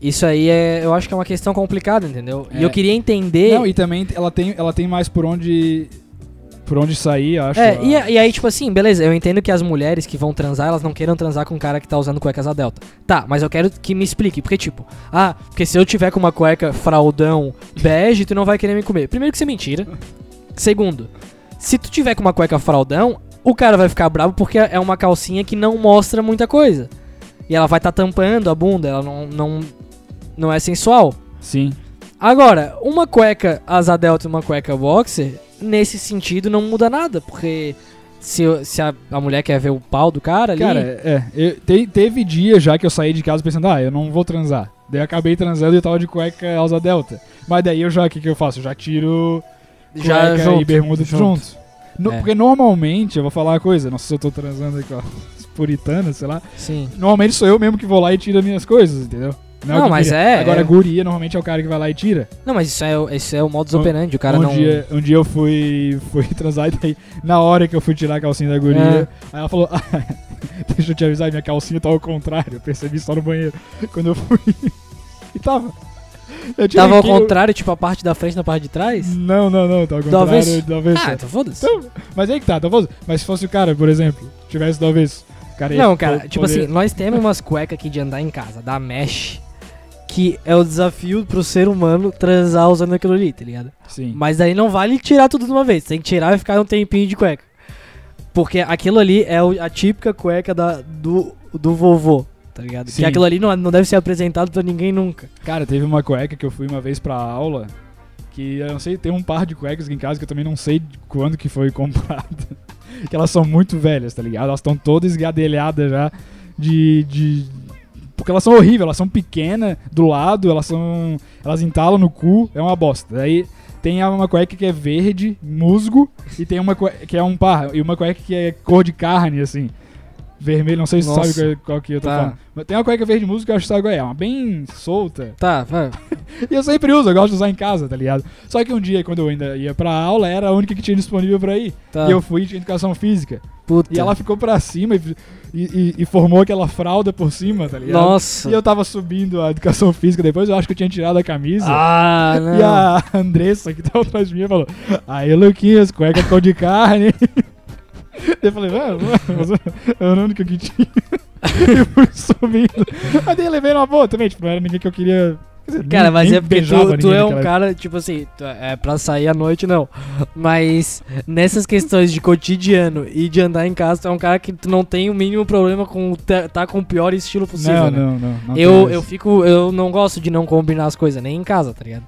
[SPEAKER 1] Isso aí é, eu acho que é uma questão complicada, entendeu? E
[SPEAKER 3] É.
[SPEAKER 1] eu queria entender.
[SPEAKER 3] Não, e também ela tem, ela tem mais por onde. Por onde sair, acho.
[SPEAKER 1] É, e, a- e aí, tipo assim, beleza, eu entendo que as mulheres que vão transar, elas não queiram transar com um cara que tá usando cueca asa delta. Tá, mas eu quero que me explique, porque tipo, ah, porque se eu tiver com uma cueca fraldão bege, tu não vai querer me comer. Primeiro que isso é mentira. Segundo, se tu tiver com uma cueca fraldão, o cara vai ficar bravo porque é uma calcinha que não mostra muita coisa. E ela vai tá tampando a bunda, ela não, não, não é sensual.
[SPEAKER 3] Sim.
[SPEAKER 1] Agora, uma cueca asa delta e uma cueca boxer, nesse sentido não muda nada, porque se, eu- se a, a mulher quer ver o pau do cara ali.
[SPEAKER 3] Cara, é. eu- te- teve dia já que eu saí de casa pensando, ah, eu não vou transar. Daí eu acabei transando e eu tava de cueca alza delta. Mas daí eu já, o que, que eu faço? Eu já tiro
[SPEAKER 1] já
[SPEAKER 3] cueca
[SPEAKER 1] junto,
[SPEAKER 3] e bermuda junto. No-
[SPEAKER 1] É.
[SPEAKER 3] Porque normalmente, eu vou falar uma coisa, não sei se eu tô transando aí com as puritanas, sei lá.
[SPEAKER 1] Sim.
[SPEAKER 3] Normalmente sou eu mesmo que vou lá e tiro as minhas coisas, entendeu? é
[SPEAKER 1] Não,
[SPEAKER 3] o que
[SPEAKER 1] mas
[SPEAKER 3] queria.
[SPEAKER 1] é,
[SPEAKER 3] Agora,
[SPEAKER 1] é.
[SPEAKER 3] guria normalmente é o cara que vai lá e tira.
[SPEAKER 1] Não, mas isso é, o- isso é o modus
[SPEAKER 3] Um-
[SPEAKER 1] operandi, o cara
[SPEAKER 3] um
[SPEAKER 1] não.
[SPEAKER 3] Dia, um dia eu fui, fui transar e daí, na hora que eu fui tirar a calcinha da guria,
[SPEAKER 1] É.
[SPEAKER 3] aí ela falou, "Ah, deixa eu te avisar, minha calcinha tá ao contrário. Eu percebi só no banheiro. Quando eu fui. e tava. Eu tirei
[SPEAKER 1] Tava ao
[SPEAKER 3] aqui, eu-
[SPEAKER 1] contrário, tipo, a parte da frente na parte de trás?
[SPEAKER 3] Não, não, não, tava ao
[SPEAKER 1] Do
[SPEAKER 3] contrário
[SPEAKER 1] avesso?
[SPEAKER 3] do avesso.
[SPEAKER 1] Ah, então foda-se.
[SPEAKER 3] Então, mas aí que tá, tá falando. Mas se fosse o cara, por exemplo, tivesse do avesso. o Cara, ia
[SPEAKER 1] Não, cara,
[SPEAKER 3] po-
[SPEAKER 1] tipo
[SPEAKER 3] Então, poder-
[SPEAKER 1] assim, nós temos umas cuecas aqui de andar em casa, da mesh, que é o desafio pro ser humano transar usando aquilo ali, tá ligado?
[SPEAKER 3] Sim.
[SPEAKER 1] Mas daí não vale tirar tudo de uma vez. Tem que tirar e ficar um tempinho de cueca. Porque aquilo ali é o- a típica cueca da- do, do vovô, tá ligado?
[SPEAKER 3] Sim.
[SPEAKER 1] Que aquilo ali não, não deve ser apresentado pra ninguém nunca.
[SPEAKER 3] Cara, teve uma cueca que eu fui uma vez pra aula. Que eu não sei, tem um par de cuecas aqui em casa que eu também não sei de quando que foi comprada. que elas são muito velhas, tá ligado? Elas estão todas esgadelhadas já de. de... Porque elas são horríveis, elas são pequenas do lado, elas são. Elas entalam no cu, é uma bosta. Daí tem uma cueca que é verde, musgo, e tem uma cueca que é um par, e uma cueca que é cor de carne, assim. Vermelho, não sei se tu
[SPEAKER 1] Nossa.
[SPEAKER 3] sabe qual, qual que é eu tô
[SPEAKER 1] Tá.
[SPEAKER 3] falando. Mas tem uma cueca verde musgo que eu acho que sabe qual é, uma bem solta.
[SPEAKER 1] Tá, vai.
[SPEAKER 3] E eu sempre uso, eu gosto de usar em casa, tá ligado? Só que um dia, quando eu ainda ia pra aula, era a única que tinha disponível pra ir.
[SPEAKER 1] Tá.
[SPEAKER 3] E eu fui de educação física.
[SPEAKER 1] Puta.
[SPEAKER 3] E ela ficou pra cima e, e, e- e formou aquela fralda por cima, tá ligado?
[SPEAKER 1] Nossa.
[SPEAKER 3] E eu tava subindo a educação física depois, eu acho que eu tinha tirado a camisa.
[SPEAKER 1] Ah, não.
[SPEAKER 3] E a Andressa, que tava atrás de mim, falou: Aí, Luquinhas, cueca ficou de carne. Eu falei, vai, vai, mas é a única que tinha. E fui subindo. Mas daí eu levei numa boa também, tipo, não era ninguém que eu queria. quer dizer,
[SPEAKER 1] Cara,
[SPEAKER 3] nem-
[SPEAKER 1] mas
[SPEAKER 3] nem
[SPEAKER 1] é porque tu,
[SPEAKER 3] beijava
[SPEAKER 1] tu
[SPEAKER 3] ninguém
[SPEAKER 1] é um
[SPEAKER 3] naquela
[SPEAKER 1] cara, tipo assim, tu é pra sair à noite não. Mas nessas questões de cotidiano e de andar em casa, tu é um cara que tu não tem o mínimo problema com tá, tá com o pior estilo possível,
[SPEAKER 3] não,
[SPEAKER 1] né?
[SPEAKER 3] não, não, não
[SPEAKER 1] eu,
[SPEAKER 3] tem
[SPEAKER 1] eu
[SPEAKER 3] isso.
[SPEAKER 1] fico, eu não gosto de não combinar as coisas, nem em casa, tá ligado?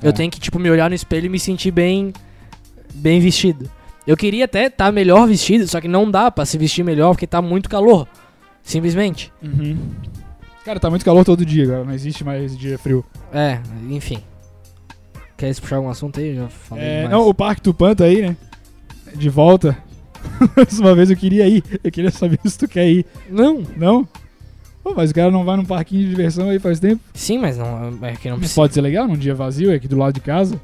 [SPEAKER 3] É.
[SPEAKER 1] Eu tenho que, tipo, me olhar no espelho e me sentir bem, bem vestido. Eu queria até estar melhor vestido, só que não dá pra se vestir melhor porque tá muito calor. Simplesmente.
[SPEAKER 3] Uhum. Cara, tá muito calor todo dia agora, não existe mais dia frio.
[SPEAKER 1] É, enfim. Quer puxar algum assunto aí? Eu Já falei
[SPEAKER 3] É,
[SPEAKER 1] demais.
[SPEAKER 3] não, o Parque Tupã tá aí, né? De volta. Mais uma vez eu queria ir. Eu queria saber se tu quer ir.
[SPEAKER 1] Não.
[SPEAKER 3] Não? Pô, mas o cara não vai num parquinho de diversão aí faz tempo.
[SPEAKER 1] Sim, mas não é que não precisa.
[SPEAKER 3] Pode ser legal, num dia vazio, é aqui do lado de casa.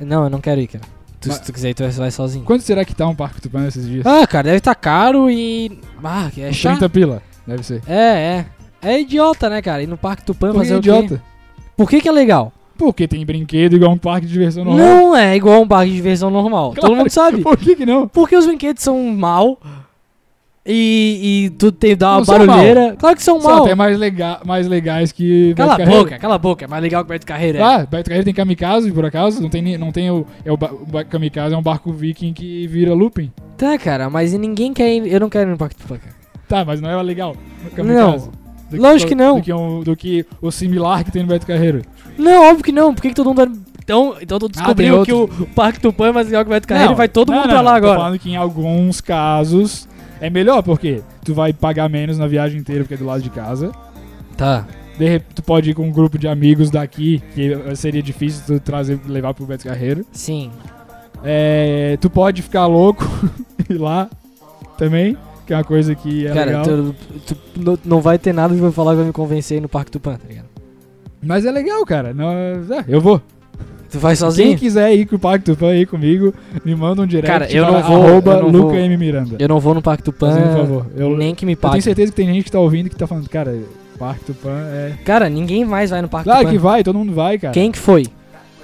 [SPEAKER 1] Não, eu não quero ir, cara. Tu,
[SPEAKER 3] Mas-
[SPEAKER 1] Se tu quiser, ir, tu vai sozinho.
[SPEAKER 3] Quanto será que tá um Parque Tupã nesses dias?
[SPEAKER 1] Ah, cara, deve tá caro e. Ah, que é
[SPEAKER 3] Uns
[SPEAKER 1] chato.
[SPEAKER 3] 30 pila, deve ser.
[SPEAKER 1] É, é. É idiota, né, cara? Ir no Parque Tupã
[SPEAKER 3] Por que
[SPEAKER 1] fazer
[SPEAKER 3] é
[SPEAKER 1] o quê?
[SPEAKER 3] idiota?
[SPEAKER 1] Por que que é legal?
[SPEAKER 3] Porque tem brinquedo igual um parque de diversão normal.
[SPEAKER 1] Não é igual um parque de diversão normal.
[SPEAKER 3] Claro.
[SPEAKER 1] Todo mundo sabe.
[SPEAKER 3] Por que que não?
[SPEAKER 1] Porque os brinquedos são mal e, e tu tem dá uma
[SPEAKER 3] Não são
[SPEAKER 1] barulheira. Claro que são
[SPEAKER 3] São
[SPEAKER 1] mal.
[SPEAKER 3] até mais, lega mais legais que... Beto
[SPEAKER 1] Cala a
[SPEAKER 3] Carreiro.
[SPEAKER 1] boca, cala a boca. É mais legal que Beto Carreira. é.
[SPEAKER 3] Ah, Beto Carreiro tem kamikaze, por acaso. Não tem, nem- não tem o... É o, ba- o ba- kamikaze é um barco viking que vira looping.
[SPEAKER 1] Tá, cara, mas ninguém quer ir. Eu não quero ir no Parque Tupã, cara.
[SPEAKER 3] Tá, mas não era legal. o kamikaze.
[SPEAKER 1] Não.
[SPEAKER 3] Do
[SPEAKER 1] lógico que não.
[SPEAKER 3] Do que, um- do que o similar que tem no Beto Carreiro.
[SPEAKER 1] Não, óbvrio que não. Por que, que todo mundo. vai- Então, então tu descobriu
[SPEAKER 3] Ah, tem
[SPEAKER 1] que o Parque Tupã é mais legal que o Beto Carreiro e vai todo
[SPEAKER 3] não,
[SPEAKER 1] mundo
[SPEAKER 3] não,
[SPEAKER 1] pra lá
[SPEAKER 3] não,
[SPEAKER 1] agora.
[SPEAKER 3] Tô falando que em alguns casos é melhor, porque tu vai pagar menos na viagem inteira, porque é do lado de casa.
[SPEAKER 1] Tá.
[SPEAKER 3] De repente, tu pode ir com um grupo de amigos daqui, que seria difícil tu trazer, levar pro Beto Carreiro.
[SPEAKER 1] Sim.
[SPEAKER 3] É, tu pode ficar louco e ir lá também, que é uma coisa que é
[SPEAKER 1] cara,
[SPEAKER 3] legal.
[SPEAKER 1] tu, tu não- não vai ter nada que vai falar que vai me convencer aí no Parque Tupã, tá ligado?
[SPEAKER 3] Mas é legal, cara. Não, é, é, eu vou.
[SPEAKER 1] Tu vai
[SPEAKER 3] Quem
[SPEAKER 1] sozinho?
[SPEAKER 3] quiser ir com o Parque Tupã aí comigo, me manda um direct.
[SPEAKER 1] Cara, eu
[SPEAKER 3] pra
[SPEAKER 1] não vou,
[SPEAKER 3] arroba
[SPEAKER 1] eu não
[SPEAKER 3] Luca
[SPEAKER 1] vou.
[SPEAKER 3] M. Miranda.
[SPEAKER 1] Eu não vou no Parque Tupã.
[SPEAKER 3] Fazendo um favor. Eu,
[SPEAKER 1] nem que me
[SPEAKER 3] eu
[SPEAKER 1] pague.
[SPEAKER 3] tenho certeza que tem gente que tá ouvindo que tá falando, cara, Parque Tupã é.
[SPEAKER 1] Cara, ninguém mais vai no Parque
[SPEAKER 3] Claro
[SPEAKER 1] Tupã.
[SPEAKER 3] que vai, todo mundo vai, cara.
[SPEAKER 1] Quem que foi?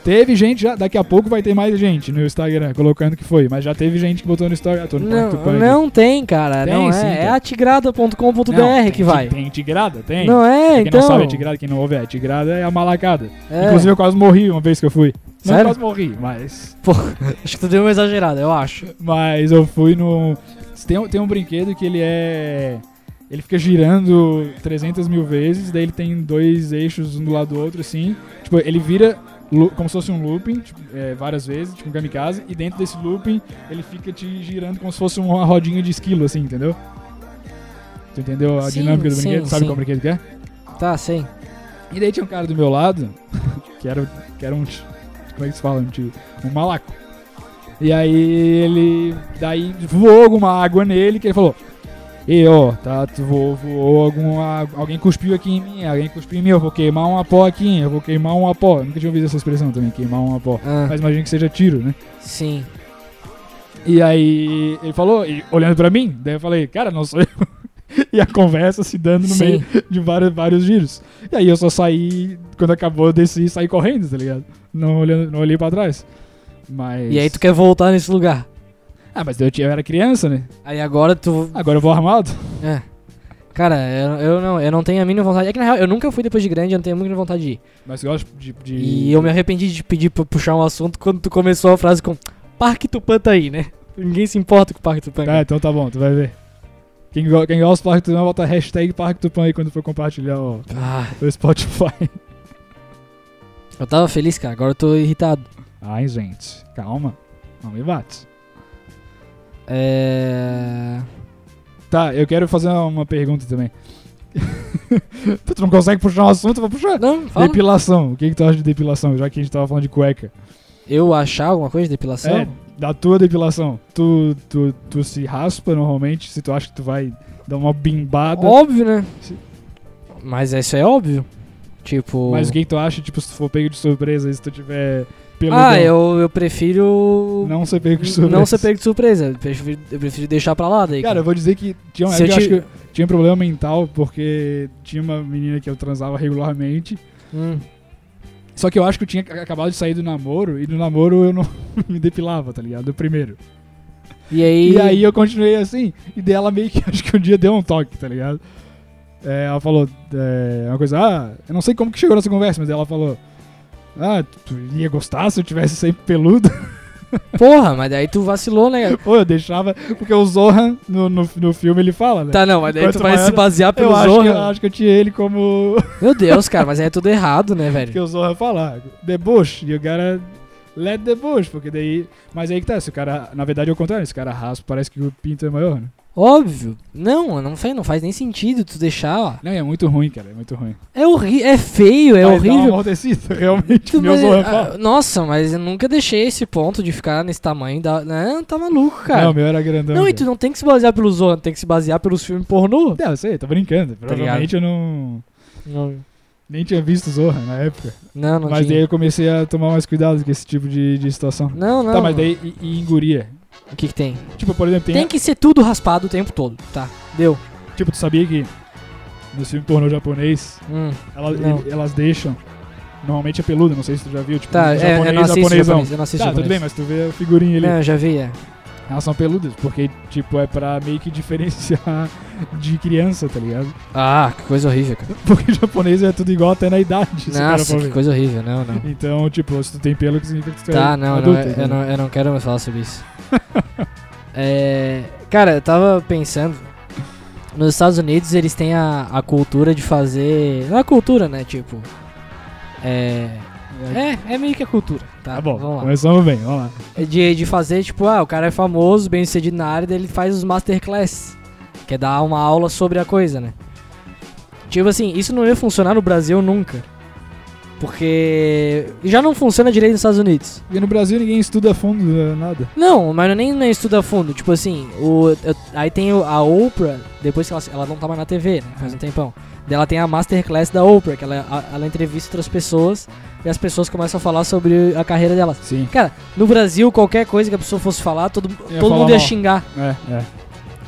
[SPEAKER 3] Teve gente já, daqui a pouco vai ter mais gente no Instagram colocando que foi, mas já teve gente que botou no Instagram. "Ah, Tô no Parque
[SPEAKER 1] Não,
[SPEAKER 3] Tupã. aqui."
[SPEAKER 1] não tem, cara.
[SPEAKER 3] Tem
[SPEAKER 1] não é.
[SPEAKER 3] sim,
[SPEAKER 1] é
[SPEAKER 3] cara.
[SPEAKER 1] atigrada.com.br
[SPEAKER 3] Não, tem
[SPEAKER 1] que vai.
[SPEAKER 3] Tem tigrada, tem.
[SPEAKER 1] Não é,
[SPEAKER 3] quem
[SPEAKER 1] então.
[SPEAKER 3] não sabe a tigrada, quem não ouve a tigrada é a malacada.
[SPEAKER 1] É.
[SPEAKER 3] Inclusive eu quase morri uma vez que eu fui. Não
[SPEAKER 1] Sério?
[SPEAKER 3] quase morri, mas.
[SPEAKER 1] Acho que tu deu uma exagerada, eu acho.
[SPEAKER 3] Mas eu fui no. Tem, um- tem um brinquedo que ele é. Ele fica girando 300 mil vezes, daí ele tem dois eixos um do lado do outro, assim. Tipo, ele vira lu- como se fosse um looping, tipo, é, várias vezes, tipo um kamikaze, e dentro desse looping ele fica te girando como se fosse uma rodinha de esquilo, assim, entendeu? Tu entendeu a
[SPEAKER 1] Sim,
[SPEAKER 3] dinâmica do
[SPEAKER 1] sim,
[SPEAKER 3] brinquedo? Sabe
[SPEAKER 1] sim.
[SPEAKER 3] qual brinquedo que é?
[SPEAKER 1] Tá, sim.
[SPEAKER 3] E daí tinha um cara do meu lado, que era, que era um. ti- Como é que se fala? Um, ti- um malaco. E aí ele. Daí voou alguma água nele, que ele falou. E ó, tá, tu voou, voou alguma. Alguém cuspiu aqui em mim, alguém cuspiu em mim, eu vou queimar um apó aqui, eu vou queimar um apó. Eu nunca tinha ouvido essa expressão também, queimar um apó.
[SPEAKER 1] Ah,
[SPEAKER 3] Mas imagina que seja tiro, né?
[SPEAKER 1] sim.
[SPEAKER 3] E aí ele falou, e olhando pra mim, daí eu falei, cara, não sou eu. E a conversa se dando no meio
[SPEAKER 1] Sim.
[SPEAKER 3] de vários, vários giros. E aí eu só saí, quando acabou, eu desci e saí correndo, tá ligado? Não, olhando, não olhei pra trás. Mas.
[SPEAKER 1] E aí tu quer voltar nesse lugar.
[SPEAKER 3] Ah, mas eu, tinha, eu era criança, né?
[SPEAKER 1] Aí agora tu.
[SPEAKER 3] Agora eu vou armado.
[SPEAKER 1] É. Cara, eu, eu não, eu não tenho a mínima vontade. É que na real, eu nunca fui depois de grande, eu não tenho muita vontade de ir.
[SPEAKER 3] Mas eu gosto de. de-
[SPEAKER 1] E eu me arrependi de pedir pra puxar um assunto quando tu começou a frase com Parque Tupã tá aí, né? Ninguém se importa com o Parque Tupã.
[SPEAKER 3] Tá,
[SPEAKER 1] cara.
[SPEAKER 3] então tá bom, tu vai ver. Quem, go- quem gosta do Parque Tupã, bota hashtag Parque Tupã aí quando for compartilhar o,
[SPEAKER 1] Ah,
[SPEAKER 3] o Spotify.
[SPEAKER 1] eu tava feliz, cara. Agora eu tô irritado.
[SPEAKER 3] Ai, gente, calma. Não me bate.
[SPEAKER 1] É.
[SPEAKER 3] Tá, eu quero fazer uma pergunta também. tu não consegue puxar um assunto, eu vou puxar.
[SPEAKER 1] Não, fala.
[SPEAKER 3] Depilação. O que, que tu acha de depilação? Já que a gente tava falando de cueca.
[SPEAKER 1] Eu achar alguma coisa de depilação?
[SPEAKER 3] É, da tua depilação. Tu, tu, tu se raspa normalmente, se tu acha que tu vai dar uma bimbada.
[SPEAKER 1] Óbvio, né?
[SPEAKER 3] Sim.
[SPEAKER 1] Mas isso é óbvio. Tipo.
[SPEAKER 3] Mas o que, que tu acha, tipo, se tu for pego de surpresa e se tu tiver peludão?
[SPEAKER 1] Ah, eu, eu prefiro.
[SPEAKER 3] Não ser pego de surpresa.
[SPEAKER 1] Não ser pego de surpresa. Eu prefiro, eu prefiro deixar pra lá daí.
[SPEAKER 3] Cara, eu vou dizer que tinha uma
[SPEAKER 1] Se eu
[SPEAKER 3] época que eu
[SPEAKER 1] te-
[SPEAKER 3] acho que eu tinha problema mental, porque tinha uma menina que eu transava regularmente.
[SPEAKER 1] Hum.
[SPEAKER 3] Só que eu acho que eu tinha ac- acabado de sair do namoro, e no namoro eu não me depilava, tá ligado? Do primeiro.
[SPEAKER 1] E aí.
[SPEAKER 3] E aí eu continuei assim, e dela meio que acho que um dia deu um toque, tá ligado? É, ela falou é, uma coisa, ah, eu não sei como que chegou nessa conversa, mas ela falou, ah, tu ia gostar se eu tivesse sempre peludo?
[SPEAKER 1] Porra, mas daí tu vacilou, né?
[SPEAKER 3] Ou eu deixava, porque o Zohan no, no, no filme ele fala, né?
[SPEAKER 1] Tá, não, mas daí
[SPEAKER 3] Enquanto
[SPEAKER 1] tu vai
[SPEAKER 3] maior,
[SPEAKER 1] se basear pelo
[SPEAKER 3] eu, acho que, eu
[SPEAKER 1] Zorra.
[SPEAKER 3] acho que eu tinha ele como
[SPEAKER 1] Meu Deus, cara, mas aí é tudo errado, né, velho?
[SPEAKER 3] que o Zorra fala, deboche, e o cara let deboche, porque daí, mas aí que tá, se o cara, na verdade é o contrário, se o cara raspa, parece que o pinto é maior, né?
[SPEAKER 1] Óbvio. Não, não faz, não faz nem sentido tu deixar, ó.
[SPEAKER 3] Não, e é muito ruim, cara, é muito ruim.
[SPEAKER 1] É horrível, é feio, é
[SPEAKER 3] Mas Dá uma
[SPEAKER 1] horrível.
[SPEAKER 3] amortecida, um realmente.
[SPEAKER 1] Tu-
[SPEAKER 3] meu é
[SPEAKER 1] mas-
[SPEAKER 3] Zohan
[SPEAKER 1] ah,
[SPEAKER 3] fala.
[SPEAKER 1] nossa, mas eu nunca deixei esse ponto de ficar nesse tamanho da. Não, tá maluco, cara.
[SPEAKER 3] Não,
[SPEAKER 1] Não,
[SPEAKER 3] meu era grandão.
[SPEAKER 1] e
[SPEAKER 3] cara.
[SPEAKER 1] tu não tem que se basear pelo Zohan, tem que se basear pelos filmes pornô.
[SPEAKER 3] Não, eu sei, tô brincando.
[SPEAKER 1] Tá
[SPEAKER 3] Provavelmente eu não.
[SPEAKER 1] Não,
[SPEAKER 3] Nem tinha visto Zorra na época.
[SPEAKER 1] não, não
[SPEAKER 3] mas
[SPEAKER 1] tinha.
[SPEAKER 3] daí eu comecei a tomar mais cuidado com esse tipo de, de situação.
[SPEAKER 1] Não, não.
[SPEAKER 3] Tá, mas daí e, e enguria.
[SPEAKER 1] O que, que tem?
[SPEAKER 3] Tipo, por exemplo, tem,
[SPEAKER 1] tem? que ser tudo raspado o tempo todo, tá? Deu.
[SPEAKER 3] Tipo, tu sabia que no filme pornô japonês
[SPEAKER 1] Hum,
[SPEAKER 3] ela-
[SPEAKER 1] Não.
[SPEAKER 3] ele- elas deixam. Normalmente é peludo, não sei se tu já viu. Tipo,
[SPEAKER 1] tá, é, eu não assisto
[SPEAKER 3] japonesão.
[SPEAKER 1] japonês, eu não assisto
[SPEAKER 3] Tá, tudo
[SPEAKER 1] japonês.
[SPEAKER 3] bem, mas tu vê a figurinha ali.
[SPEAKER 1] Não, eu já vi, é.
[SPEAKER 3] Elas são peludas, porque, tipo, é pra meio que diferenciar de criança, tá ligado?
[SPEAKER 1] Ah, que coisa horrível, cara.
[SPEAKER 3] Porque japonês é tudo igual até na idade. se o cara
[SPEAKER 1] Nossa,
[SPEAKER 3] for
[SPEAKER 1] que
[SPEAKER 3] ver.
[SPEAKER 1] coisa horrível, não, não.
[SPEAKER 3] Então, tipo, se tu tem pelo, que significa que tu
[SPEAKER 1] Tá, não,
[SPEAKER 3] é
[SPEAKER 1] não,
[SPEAKER 3] adulto.
[SPEAKER 1] eu, eu
[SPEAKER 3] entendeu?
[SPEAKER 1] não, eu não quero mais falar sobre isso. É, cara, eu tava pensando. Nos Estados Unidos eles têm a, a cultura de fazer. Não é cultura, né? Tipo. É. É, é meio que a cultura. Tá,
[SPEAKER 3] Tá bom,
[SPEAKER 1] vamos lá.
[SPEAKER 3] começamos bem, vamos lá.
[SPEAKER 1] É De, de fazer, tipo, ah, o cara é famoso, bem sucedido na área, daí ele faz os masterclass. Que é dar uma aula sobre a coisa, né? Tipo assim, isso não ia funcionar no Brasil nunca. Porque já não funciona direito nos Estados Unidos.
[SPEAKER 3] E no Brasil ninguém estuda a fundo eh, nada.
[SPEAKER 1] Não, mas eu nem, nem estudo a fundo. Tipo assim, o, eu- aí tem o- a Oprah, depois que ela, ela não tá mais na TV, né?
[SPEAKER 3] Uhum.
[SPEAKER 1] Faz um tempão. Daí ela tem a Masterclass da Oprah, que ela, a- ela entrevista outras pessoas e as pessoas começam a falar sobre a carreira delas.
[SPEAKER 3] Sim.
[SPEAKER 1] Cara, no Brasil, qualquer coisa que a pessoa fosse falar, todo,
[SPEAKER 3] Ia
[SPEAKER 1] todo
[SPEAKER 3] falar
[SPEAKER 1] mundo ia
[SPEAKER 3] mal.
[SPEAKER 1] xingar.
[SPEAKER 3] É, é.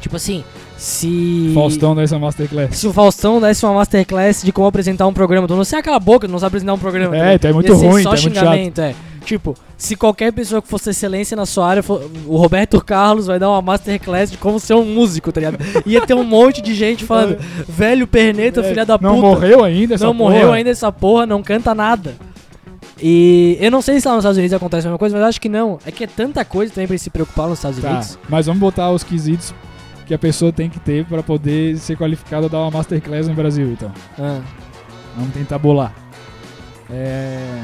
[SPEAKER 1] Tipo assim, se.
[SPEAKER 3] Faustão dessa Masterclass.
[SPEAKER 1] Se o Faustão desse uma masterclass de como apresentar um programa, tu não sei aquela boca, tu não sabe apresentar um programa.
[SPEAKER 3] É,
[SPEAKER 1] tá ligado?
[SPEAKER 3] então é muito
[SPEAKER 1] Ia ser
[SPEAKER 3] ruim,
[SPEAKER 1] só
[SPEAKER 3] então é muito
[SPEAKER 1] xingamento, é. Tipo, se qualquer pessoa que fosse excelência na sua área, for- o Roberto Carlos vai dar uma masterclass de como ser um músico, tá ligado? Ia ter um monte de gente falando, velho perneta,
[SPEAKER 3] É,
[SPEAKER 1] filha da
[SPEAKER 3] não
[SPEAKER 1] puta.
[SPEAKER 3] morreu ainda essa
[SPEAKER 1] não morreu
[SPEAKER 3] porra?
[SPEAKER 1] ainda essa porra, não canta nada. E eu não sei se lá nos Estados Unidos acontece a mesma coisa, mas eu acho que não. É que é tanta coisa também pra eles se preocupar nos Estados
[SPEAKER 3] Tá,
[SPEAKER 1] Unidos.
[SPEAKER 3] mas vamos botar os quesitos que a pessoa tem que ter pra poder ser qualificada a dar uma Masterclass no Brasil, então.
[SPEAKER 1] Ah,
[SPEAKER 3] Vamos tentar bolar. É...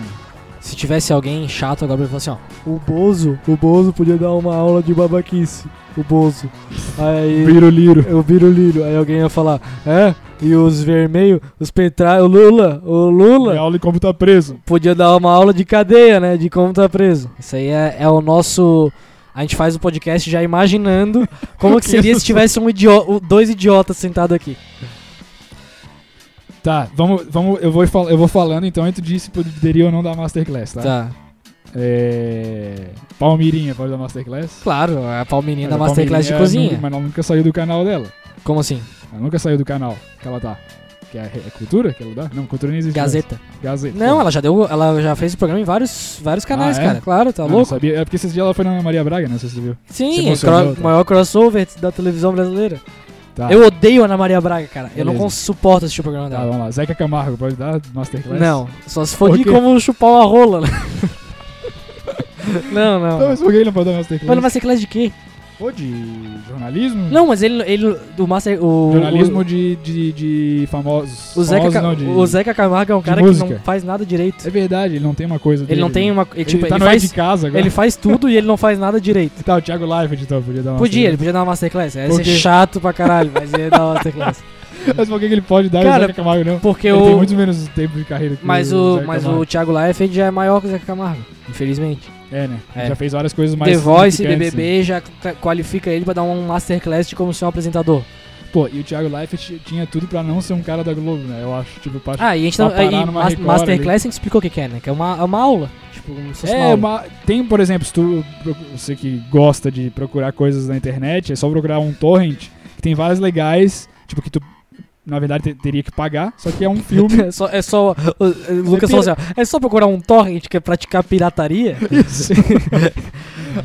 [SPEAKER 1] se tivesse alguém chato agora pra falar assim, ó. O Bozo, o Bozo podia dar uma aula de babaquice. O Bozo. Aí.
[SPEAKER 3] Biruliro.
[SPEAKER 1] Eu viro o Lírio, aí alguém ia falar, é? E os vermelhos, os petra... O Lula, o Lula
[SPEAKER 3] Aula e como tá preso.
[SPEAKER 1] podia dar uma aula de cadeia, né? De como tá preso. Isso aí é, é o nosso. A gente faz o podcast já imaginando como que seria se tivesse um idiota, dois idiotas sentados aqui.
[SPEAKER 3] Tá, vamos, vamos, eu, vou, fal- eu vou falando, então, entre disse se poderia ou não dar Masterclass, tá?
[SPEAKER 1] Tá.
[SPEAKER 3] É... Palmirinha pode dar Masterclass?
[SPEAKER 1] Claro, a Palmininha da
[SPEAKER 3] Mas a é
[SPEAKER 1] Masterclass de
[SPEAKER 3] Palmirinha
[SPEAKER 1] cozinha.
[SPEAKER 3] nunca- mas ela nunca saiu do canal dela.
[SPEAKER 1] Como assim?
[SPEAKER 3] Ela nunca saiu do canal que ela tá. Que é, é cultura que ela dá? Não, cultura nem existe.
[SPEAKER 1] Gazeta.
[SPEAKER 3] mais. Gazeta.
[SPEAKER 1] Não, ela já deu. Ela já fez o programa em vários, vários canais,
[SPEAKER 3] Ah, é?
[SPEAKER 1] cara. Claro, tá
[SPEAKER 3] Ah, não
[SPEAKER 1] louco?
[SPEAKER 3] sabia. É porque esses dias ela foi na Maria Braga, né? Não sei se você viu. Se
[SPEAKER 1] Sim, é
[SPEAKER 3] emocionou,
[SPEAKER 1] cro-
[SPEAKER 3] tá.
[SPEAKER 1] maior crossover da televisão brasileira.
[SPEAKER 3] Tá.
[SPEAKER 1] Eu odeio a Ana Maria Braga, cara. Eu não
[SPEAKER 3] Beleza.
[SPEAKER 1] cons- suporto assistir o programa
[SPEAKER 3] Tá,
[SPEAKER 1] dela.
[SPEAKER 3] vamos lá. Zeca Camargo pode dar Masterclass?
[SPEAKER 1] não, só se for
[SPEAKER 3] Por
[SPEAKER 1] de
[SPEAKER 3] quê?
[SPEAKER 1] como chupar uma rola, né? não, não.
[SPEAKER 3] Então, mas por que ele não pode dar Masterclass?
[SPEAKER 1] Mas no Masterclass de quê?
[SPEAKER 3] Ou de jornalismo?
[SPEAKER 1] Não, mas ele. ele do master, o,
[SPEAKER 3] Jornalismo
[SPEAKER 1] o,
[SPEAKER 3] de, de, de famosos.
[SPEAKER 1] o, Zeca,
[SPEAKER 3] famosos
[SPEAKER 1] Ca-
[SPEAKER 3] não, de-
[SPEAKER 1] o Zeca Camargo é um
[SPEAKER 3] de
[SPEAKER 1] cara que não
[SPEAKER 3] música.
[SPEAKER 1] faz nada direito.
[SPEAKER 3] É verdade, ele não tem uma coisa
[SPEAKER 1] Ele
[SPEAKER 3] dele,
[SPEAKER 1] não tem
[SPEAKER 3] né?
[SPEAKER 1] uma. Ele, tipo,
[SPEAKER 3] ele tá
[SPEAKER 1] ele,
[SPEAKER 3] no
[SPEAKER 1] faz,
[SPEAKER 3] de casa agora.
[SPEAKER 1] ele faz tudo e ele não faz nada direito.
[SPEAKER 3] Tá, o Thiago Live então podia dar uma
[SPEAKER 1] Podia, ele
[SPEAKER 3] cerveja.
[SPEAKER 1] podia dar uma Masterclass. Ia
[SPEAKER 3] Por
[SPEAKER 1] ser
[SPEAKER 3] quê?
[SPEAKER 1] chato pra caralho, mas ia dar uma Masterclass.
[SPEAKER 3] Mas por que que ele pode dar
[SPEAKER 1] Cara,
[SPEAKER 3] e o Zeca Camargo não?
[SPEAKER 1] Porque
[SPEAKER 3] ele tem
[SPEAKER 1] o.
[SPEAKER 3] muito menos tempo de carreira que
[SPEAKER 1] Mas
[SPEAKER 3] o
[SPEAKER 1] o,
[SPEAKER 3] Zeca
[SPEAKER 1] mas
[SPEAKER 3] Camargo.
[SPEAKER 1] o Thiago Leifert já é maior que o Zeca Camargo, infelizmente.
[SPEAKER 3] É, né? Ele
[SPEAKER 1] É.
[SPEAKER 3] já fez várias coisas mais
[SPEAKER 1] The Voice e
[SPEAKER 3] significantes, né?
[SPEAKER 1] BBB já ca- qualifica ele pra dar um masterclass de como ser um apresentador.
[SPEAKER 3] né? Pô, e o Thiago Life tinha tudo pra não ser um cara da Globo, né? Eu acho, tipo, parte...
[SPEAKER 1] Ah, e a gente
[SPEAKER 3] Pra
[SPEAKER 1] tá, e
[SPEAKER 3] parar numa
[SPEAKER 1] mas-
[SPEAKER 3] Record
[SPEAKER 1] masterclass a gente explicou o que que é, né? Que é uma, é uma aula. Tipo, como se fosse uma
[SPEAKER 3] é,
[SPEAKER 1] aula.
[SPEAKER 3] uma- tem, por exemplo, se tu, procu- você que gosta de procurar coisas na internet, é só procurar um torrent que tem várias legais, tipo, que tu na verdade, te- teria que pagar, só que é um filme.
[SPEAKER 1] É só, é só o- o- o Lucas
[SPEAKER 3] É pira-
[SPEAKER 1] falou assim, ó, é só procurar um torrent que é praticar pirataria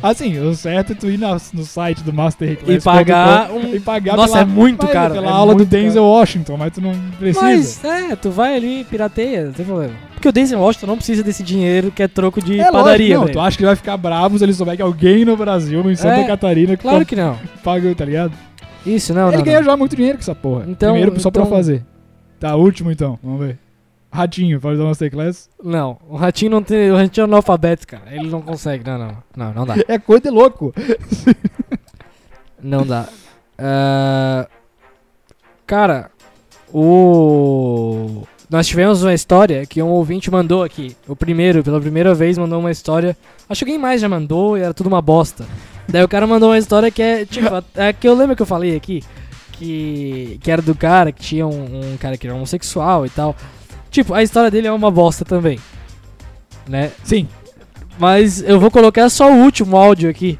[SPEAKER 3] assim, o certo é tu ir na- no site do Masterclass.
[SPEAKER 1] e pagar
[SPEAKER 3] E
[SPEAKER 1] um...
[SPEAKER 3] pagar
[SPEAKER 1] Nossa,
[SPEAKER 3] pela,
[SPEAKER 1] é muito
[SPEAKER 3] mas
[SPEAKER 1] caro.
[SPEAKER 3] Pela
[SPEAKER 1] é
[SPEAKER 3] aula do
[SPEAKER 1] muito
[SPEAKER 3] Denzel
[SPEAKER 1] caro.
[SPEAKER 3] Washington, mas tu não precisa.
[SPEAKER 1] Mas, é, tu vai ali e pirateia, não tem problema. Porque o Denzel Washington não precisa desse dinheiro que é troco de
[SPEAKER 3] é
[SPEAKER 1] padaria,
[SPEAKER 3] lógico, não,
[SPEAKER 1] velho.
[SPEAKER 3] tu acha que vai ficar bravo se ele souber que alguém no Brasil, em Santa
[SPEAKER 1] É,
[SPEAKER 3] Catarina, que
[SPEAKER 1] Claro
[SPEAKER 3] tá-
[SPEAKER 1] que não.
[SPEAKER 3] paga, tá ligado?
[SPEAKER 1] Isso, não,
[SPEAKER 3] ele
[SPEAKER 1] não,
[SPEAKER 3] ganha
[SPEAKER 1] não.
[SPEAKER 3] já muito dinheiro com essa porra.
[SPEAKER 1] Então-
[SPEAKER 3] Primeiro só pra
[SPEAKER 1] então-
[SPEAKER 3] fazer. Tá, último então, vamos ver. Ratinho, pode dar Masterclass.
[SPEAKER 1] Não, o Ratinho não tem... O Ratinho é analfabeto, cara. Ele não consegue, não, não. Não, não dá.
[SPEAKER 3] É coisa de louco.
[SPEAKER 1] Não dá. Ah, cara, o. Nós tivemos uma história que um ouvinte mandou aqui. O primeiro, pela primeira vez, mandou uma história. Acho que alguém mais já mandou e era tudo uma bosta. Daí o cara mandou uma história que é, tipo, a- é a que eu lembro que eu falei aqui. Que, que era do cara, que tinha um, um cara que era homossexual e tal. Tipo, a história dele é uma bosta também. Né?
[SPEAKER 3] Sim.
[SPEAKER 1] Mas eu vou colocar só o último áudio aqui.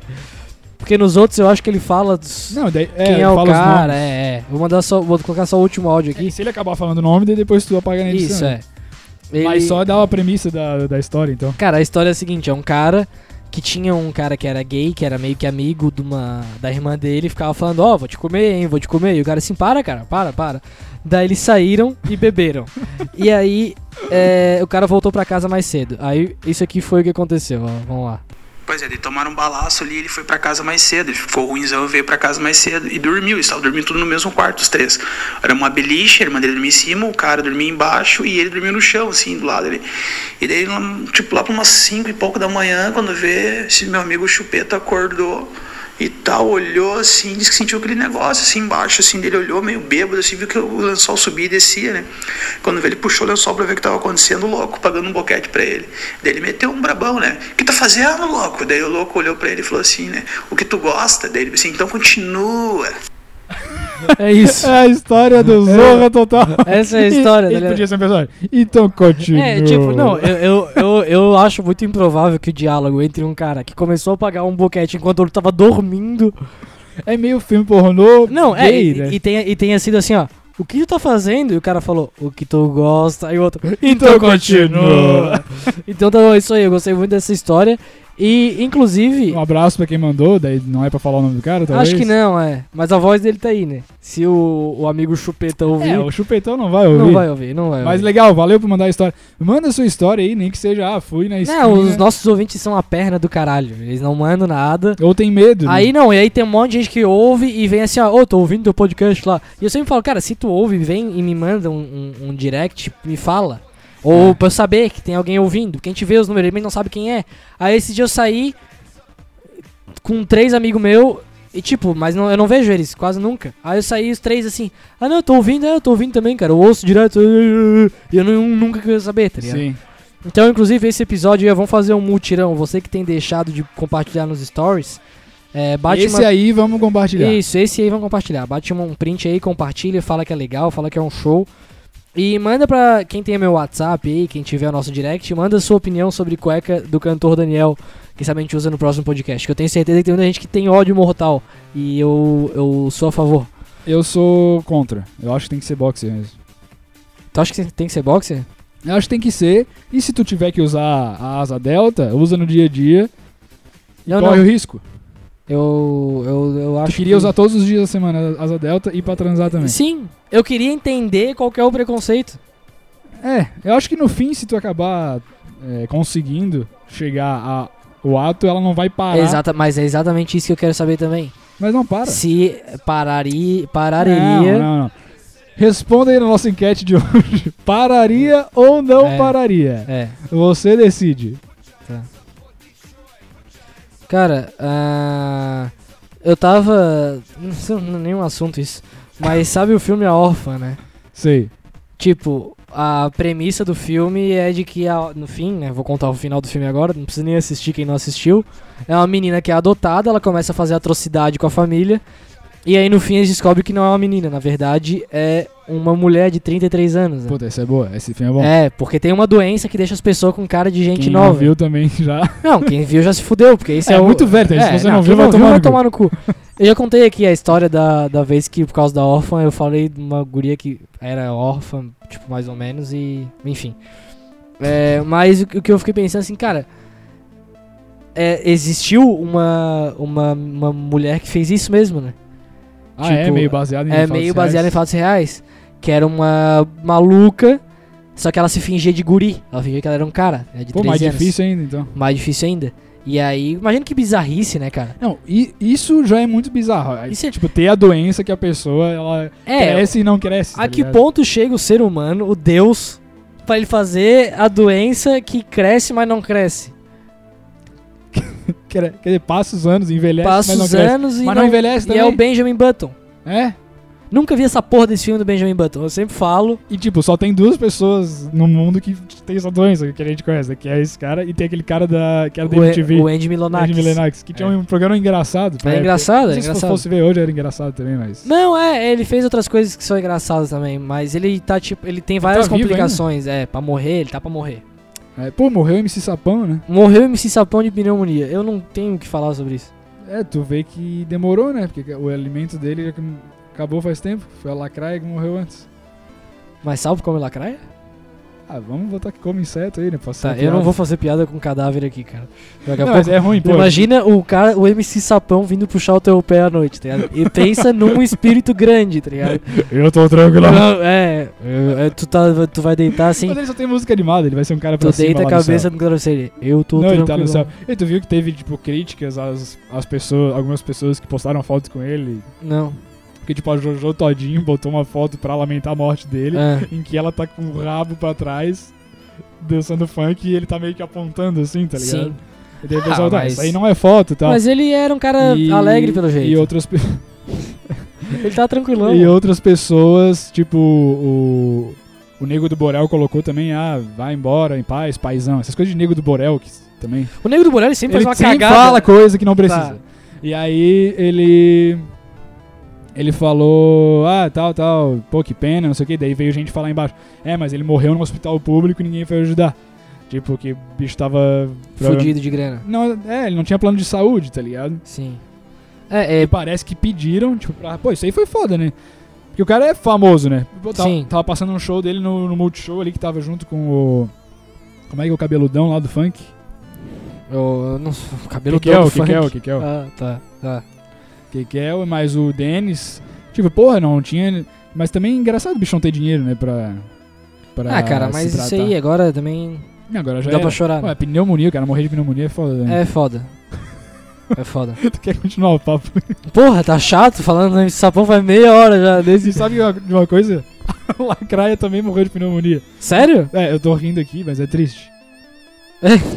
[SPEAKER 1] Porque nos outros eu acho que ele fala. dos-
[SPEAKER 3] Não, daí, é,
[SPEAKER 1] quem é o
[SPEAKER 3] fala os
[SPEAKER 1] cara,
[SPEAKER 3] nomes.
[SPEAKER 1] é, é. Vou mandar só, vou colocar só o último áudio
[SPEAKER 3] É,
[SPEAKER 1] aqui.
[SPEAKER 3] Se ele acabar falando o nome, daí depois tu apaga na edição.
[SPEAKER 1] Isso, é. Ele-
[SPEAKER 3] Mas só dá uma premissa da, da história, então.
[SPEAKER 1] Cara, a história é a seguinte, é um cara que tinha um cara que era gay, que era meio que amigo de uma, da irmã dele, e ficava falando, ó, vou te comer, hein, vou te comer. E o cara assim, para, cara, para, para. Daí eles saíram e beberam. e aí, é, o cara voltou pra casa mais cedo. Aí, isso aqui foi o que aconteceu, ó, vamos lá.
[SPEAKER 6] Pois é, ele tomaram um balaço ali, ele foi pra casa mais cedo, ele ficou ruimzão e veio pra casa mais cedo e dormiu, estava dormindo tudo no mesmo quarto, os três. Era uma beliche, a irmã dele dormia em cima, o cara dormia embaixo e ele dormia no chão, assim, do lado dele. E daí, lá, tipo, lá pra umas cinco e pouco da manhã, quando vê, esse meu amigo Chupeta acordou e tal, olhou assim, disse que sentiu aquele negócio assim embaixo, assim, dele olhou meio bêbado, assim, viu que o lençol subia e descia, né? Quando vê, ele puxou o lençol pra ver o que tava acontecendo, louco, pagando um boquete pra ele. Daí ele meteu um brabão, né? O que tá fazendo, louco? Daí o louco olhou pra ele e falou assim, né? O que tu gosta? Daí ele disse assim, então continua.
[SPEAKER 1] É isso.
[SPEAKER 3] É a história do Zorra Total.
[SPEAKER 1] Essa é a história,
[SPEAKER 3] e,
[SPEAKER 1] tá
[SPEAKER 3] e
[SPEAKER 1] ligado?
[SPEAKER 3] podia ser um personagem. Então continua.
[SPEAKER 1] É, tipo, não, eu, eu, eu, eu acho muito improvável que o diálogo entre um cara que começou a pagar um boquete enquanto ele tava dormindo.
[SPEAKER 3] É meio filme pornô.
[SPEAKER 1] Não, é,
[SPEAKER 3] gay,
[SPEAKER 1] e,
[SPEAKER 3] né?
[SPEAKER 1] e, tenha, e tenha sido assim, ó. O que tu tá fazendo? E o cara falou, o que tu gosta. E o outro, então continua. Então tá bom, é isso aí, eu gostei muito dessa história. E, inclusive,
[SPEAKER 3] Um abraço pra quem mandou, daí não é pra falar o nome do cara, talvez.
[SPEAKER 1] acho que não, é. Mas a voz dele tá aí, né? Se o, o amigo Chupeta ouvir,
[SPEAKER 3] É, o chupetão não vai ouvir.
[SPEAKER 1] não vai ouvir, não vai
[SPEAKER 3] Mas
[SPEAKER 1] ouvir.
[SPEAKER 3] legal, valeu por mandar a história. Manda a sua história aí, nem que seja, ah, fui na esquina.
[SPEAKER 1] Não, os nossos ouvintes são a perna do caralho. Eles não mandam nada.
[SPEAKER 3] Ou tem medo. né?
[SPEAKER 1] Aí não, e aí tem um monte de gente que ouve e vem assim, ó, ô, tô ouvindo teu podcast lá. E eu sempre falo, cara, se tu ouve, vem e me manda um, um- um direct, me fala. Ou pra eu saber que tem alguém ouvindo. Quem te vê os números, ele não sabe quem é. Aí esse dia eu saí com três amigos meus. E tipo, mas não- eu não vejo eles, quase nunca. Aí eu saí os três assim, ah não, eu tô ouvindo, é, eu tô ouvindo também, cara. Eu ouço direto. E eu não- nunca queria saber, tá ligado?
[SPEAKER 3] Sim.
[SPEAKER 1] Então, inclusive, esse episódio aí, vamos fazer um mutirão. Você que tem deixado de compartilhar nos stories, é, bate
[SPEAKER 3] Esse
[SPEAKER 1] uma...
[SPEAKER 3] aí vamos compartilhar.
[SPEAKER 1] Isso, esse aí vamos compartilhar. Bate uma- um print aí, compartilha, fala que é legal, fala que é um show. E manda pra quem tem meu WhatsApp aí, quem tiver o nosso direct, manda sua opinião sobre cueca do cantor Daniel, que sabe a gente usa no próximo podcast. Que eu tenho certeza que tem muita gente que tem ódio mortal. E eu, eu sou a favor.
[SPEAKER 3] Eu sou contra. Eu acho que tem que ser boxer mesmo.
[SPEAKER 1] Tu acha que tem que ser boxer?
[SPEAKER 3] Eu acho que tem que ser. E se tu tiver que usar a asa delta, usa no dia a dia. E
[SPEAKER 1] Não,
[SPEAKER 3] corre
[SPEAKER 1] não.
[SPEAKER 3] o risco.
[SPEAKER 1] Eu, eu, eu acho
[SPEAKER 3] tu queria
[SPEAKER 1] que...
[SPEAKER 3] usar todos os dias da semana a asa delta e pra transar também.
[SPEAKER 1] Sim, eu queria entender qual que é o preconceito.
[SPEAKER 3] É, eu acho que no fim, se tu acabar é, conseguindo chegar a o ato, ela não vai parar.
[SPEAKER 1] Exata, mas é exatamente isso que eu quero saber também.
[SPEAKER 3] Mas não para.
[SPEAKER 1] Se pararia,
[SPEAKER 3] Não,
[SPEAKER 1] pararia.
[SPEAKER 3] não, não. Responda aí na nossa enquete de hoje. Pararia ou não
[SPEAKER 1] É.
[SPEAKER 3] pararia?
[SPEAKER 1] É.
[SPEAKER 3] Você decide.
[SPEAKER 1] Cara, ah, eu tava. Não sei não é nenhum assunto isso. Mas sabe o filme A Órfã, né?
[SPEAKER 3] Sei.
[SPEAKER 1] Tipo, a premissa do filme é de que a- no fim, né? Vou contar o final do filme agora, não precisa nem assistir quem não assistiu. É uma menina que é adotada, ela começa a fazer atrocidade com a família. E aí no fim eles descobrem que não é uma menina, na verdade é uma mulher de 33 anos. né?
[SPEAKER 3] Puta, essa é boa. Esse filme é bom.
[SPEAKER 1] É, porque tem uma doença que deixa as pessoas com cara de gente
[SPEAKER 3] Quem não
[SPEAKER 1] nova.
[SPEAKER 3] viu também já.
[SPEAKER 1] Não, quem viu já se fudeu, porque isso
[SPEAKER 3] É,
[SPEAKER 1] é, o-
[SPEAKER 3] muito velho, tá? Se você não
[SPEAKER 1] quem
[SPEAKER 3] viu, vai tomar no cu.
[SPEAKER 1] no cu. Eu já contei aqui a história da, da vez que, por causa da órfã, eu falei de uma guria que era órfã, tipo, mais ou menos, e. Enfim. É, mas o, que- o que eu fiquei pensando assim, cara. é, existiu uma, uma, uma mulher que fez isso mesmo, né?
[SPEAKER 3] Ah, é
[SPEAKER 1] Tipo,
[SPEAKER 3] meio baseado em
[SPEAKER 1] É
[SPEAKER 3] fatos
[SPEAKER 1] meio
[SPEAKER 3] reais.
[SPEAKER 1] baseado em fatos reais. Que era uma maluca, só que ela se fingia de guri. Ela fingia que ela era um cara, né? De
[SPEAKER 3] Pô,
[SPEAKER 1] 13
[SPEAKER 3] mais
[SPEAKER 1] anos.
[SPEAKER 3] difícil ainda, então.
[SPEAKER 1] Mais difícil ainda. E aí, imagina que bizarrice, né, cara?
[SPEAKER 3] Não, e isso já é muito bizarro. É,
[SPEAKER 1] Isso é-
[SPEAKER 3] Tipo, ter a doença que a pessoa ela
[SPEAKER 1] É,
[SPEAKER 3] cresce e não cresce. tá
[SPEAKER 1] a que ponto chega o ser humano, o Deus, pra ele fazer a doença que cresce, mas não cresce?
[SPEAKER 3] Quer quer dizer, passa os anos, envelhece,
[SPEAKER 1] Passa
[SPEAKER 3] mas não
[SPEAKER 1] os
[SPEAKER 3] cresce.
[SPEAKER 1] anos e
[SPEAKER 3] Mas não envelhece
[SPEAKER 1] e é o
[SPEAKER 3] também?
[SPEAKER 1] Benjamin Button.
[SPEAKER 3] É?
[SPEAKER 1] Nunca vi essa porra desse filme do Benjamin Button. Eu sempre falo.
[SPEAKER 3] E tipo, só tem duas pessoas no mundo que tem essa doença que a gente conhece, que é esse cara e tem aquele cara da que era da
[SPEAKER 1] o,
[SPEAKER 3] MTV,
[SPEAKER 1] o Andy Milonakis.
[SPEAKER 3] Andy Lennox, que tinha um programa engraçado. pra
[SPEAKER 1] É
[SPEAKER 3] época.
[SPEAKER 1] engraçado,
[SPEAKER 3] Não
[SPEAKER 1] é
[SPEAKER 3] sei se
[SPEAKER 1] engraçado.
[SPEAKER 3] fosse ver hoje era engraçado também, mas
[SPEAKER 1] Não, é, ele fez outras coisas que são engraçadas também, mas ele tá tipo, ele tem várias
[SPEAKER 3] vivo
[SPEAKER 1] complicações, é, pra morrer, ele tá pra morrer.
[SPEAKER 3] É, pô, morreu o MC Sapão, né?
[SPEAKER 1] Morreu o MC Sapão de pneumonia. Eu não tenho o que falar sobre isso.
[SPEAKER 3] É, tu vê que demorou, né? Porque o alimento dele já que acabou faz tempo, foi a lacraia que morreu antes.
[SPEAKER 1] Mas salvo como lacraia?
[SPEAKER 3] Ah, vamos botar que come inseto aí, né? Pra ser
[SPEAKER 1] Tá, eu
[SPEAKER 3] piada.
[SPEAKER 1] não vou fazer piada com cadáver aqui, cara. Daqui a
[SPEAKER 3] Não, mas
[SPEAKER 1] pouco.
[SPEAKER 3] é ruim, pô.
[SPEAKER 1] Imagina o cara, o MC Sapão vindo puxar o teu pé à noite, tá ligado? E pensa num espírito grande, tá ligado?
[SPEAKER 3] Eu tô tranquilo.
[SPEAKER 1] Não, é, é, tu, tá, tu vai deitar assim,
[SPEAKER 3] Mas ele só tem música animada, ele vai ser um cara pra
[SPEAKER 1] tu
[SPEAKER 3] cima
[SPEAKER 1] deita a
[SPEAKER 3] lá
[SPEAKER 1] cabeça
[SPEAKER 3] no céu.
[SPEAKER 1] no travesseiro. Eu tô
[SPEAKER 3] Não, ele
[SPEAKER 1] tranquilo.
[SPEAKER 3] tá no céu. E tu viu que teve, tipo, críticas às, às pessoas, algumas pessoas que postaram fotos com ele.
[SPEAKER 1] Não.
[SPEAKER 3] Porque, tipo, a Jojo Todinho botou uma foto pra lamentar a morte dele,
[SPEAKER 1] Ah.
[SPEAKER 3] em que ela tá com o rabo pra trás, dançando funk, e ele tá meio que apontando assim, tá ligado?
[SPEAKER 1] Sim.
[SPEAKER 3] E daí o
[SPEAKER 1] Ah,
[SPEAKER 3] pessoal, tá,
[SPEAKER 1] mas-
[SPEAKER 3] isso aí não é foto, tá?
[SPEAKER 1] Mas ele era um cara
[SPEAKER 3] E-
[SPEAKER 1] alegre pelo jeito.
[SPEAKER 3] E outras, pe-
[SPEAKER 1] Ele tá tranquilão.
[SPEAKER 3] e outras pessoas, tipo, o, o Nego do Borel colocou também, ah, vai embora em paz, paizão. Essas coisas de Nego do Borel que s- também.
[SPEAKER 1] O Negro do Borel sempre faz
[SPEAKER 3] ele
[SPEAKER 1] uma
[SPEAKER 3] sempre
[SPEAKER 1] cagada.
[SPEAKER 3] fala coisa que não
[SPEAKER 1] Tá.
[SPEAKER 3] precisa. E aí ele. Ele falou, ah, tal, tal, pô, que pena, não sei o que. Daí veio gente falar embaixo. É, mas ele morreu num hospital público e ninguém foi ajudar. Tipo, que o bicho tava.
[SPEAKER 1] Fudido de grana.
[SPEAKER 3] Não, é, ele não tinha plano de saúde, tá ligado?
[SPEAKER 1] Sim. É, é,
[SPEAKER 3] E parece que pediram, tipo, pra, pô, isso aí foi foda, né? Porque o cara é famoso, né? Pô, Tava,
[SPEAKER 1] Sim.
[SPEAKER 3] tava passando um show dele no, no Multishow ali que tava junto com o. Como é que é o cabeludão lá do funk?
[SPEAKER 1] eu, eu não o cabelo
[SPEAKER 3] que que é,
[SPEAKER 1] todo
[SPEAKER 3] o que que é, o
[SPEAKER 1] funk.
[SPEAKER 3] que que é, o
[SPEAKER 1] Ah, tá, tá.
[SPEAKER 3] que que é, o- mas o Denis. Tipo, porra, não tinha. Mas também é engraçado o bicho não ter dinheiro, né? Pra. pra
[SPEAKER 1] ah, cara,
[SPEAKER 3] se
[SPEAKER 1] mas isso
[SPEAKER 3] tratar.
[SPEAKER 1] aí agora também
[SPEAKER 3] Não, Agora já
[SPEAKER 1] dá
[SPEAKER 3] era.
[SPEAKER 1] pra chorar.
[SPEAKER 3] Pô,
[SPEAKER 1] né?
[SPEAKER 3] é pneumonia, cara. Morrer de pneumonia é foda, né?
[SPEAKER 1] É foda. É foda.
[SPEAKER 3] Tu quer continuar o papo?
[SPEAKER 1] Porra, tá chato falando esse sapão faz meia hora já
[SPEAKER 3] E
[SPEAKER 1] desde.
[SPEAKER 3] sabe uma- de uma coisa? A Lacraia também morreu de pneumonia.
[SPEAKER 1] Sério?
[SPEAKER 3] É, eu tô rindo aqui, mas é triste.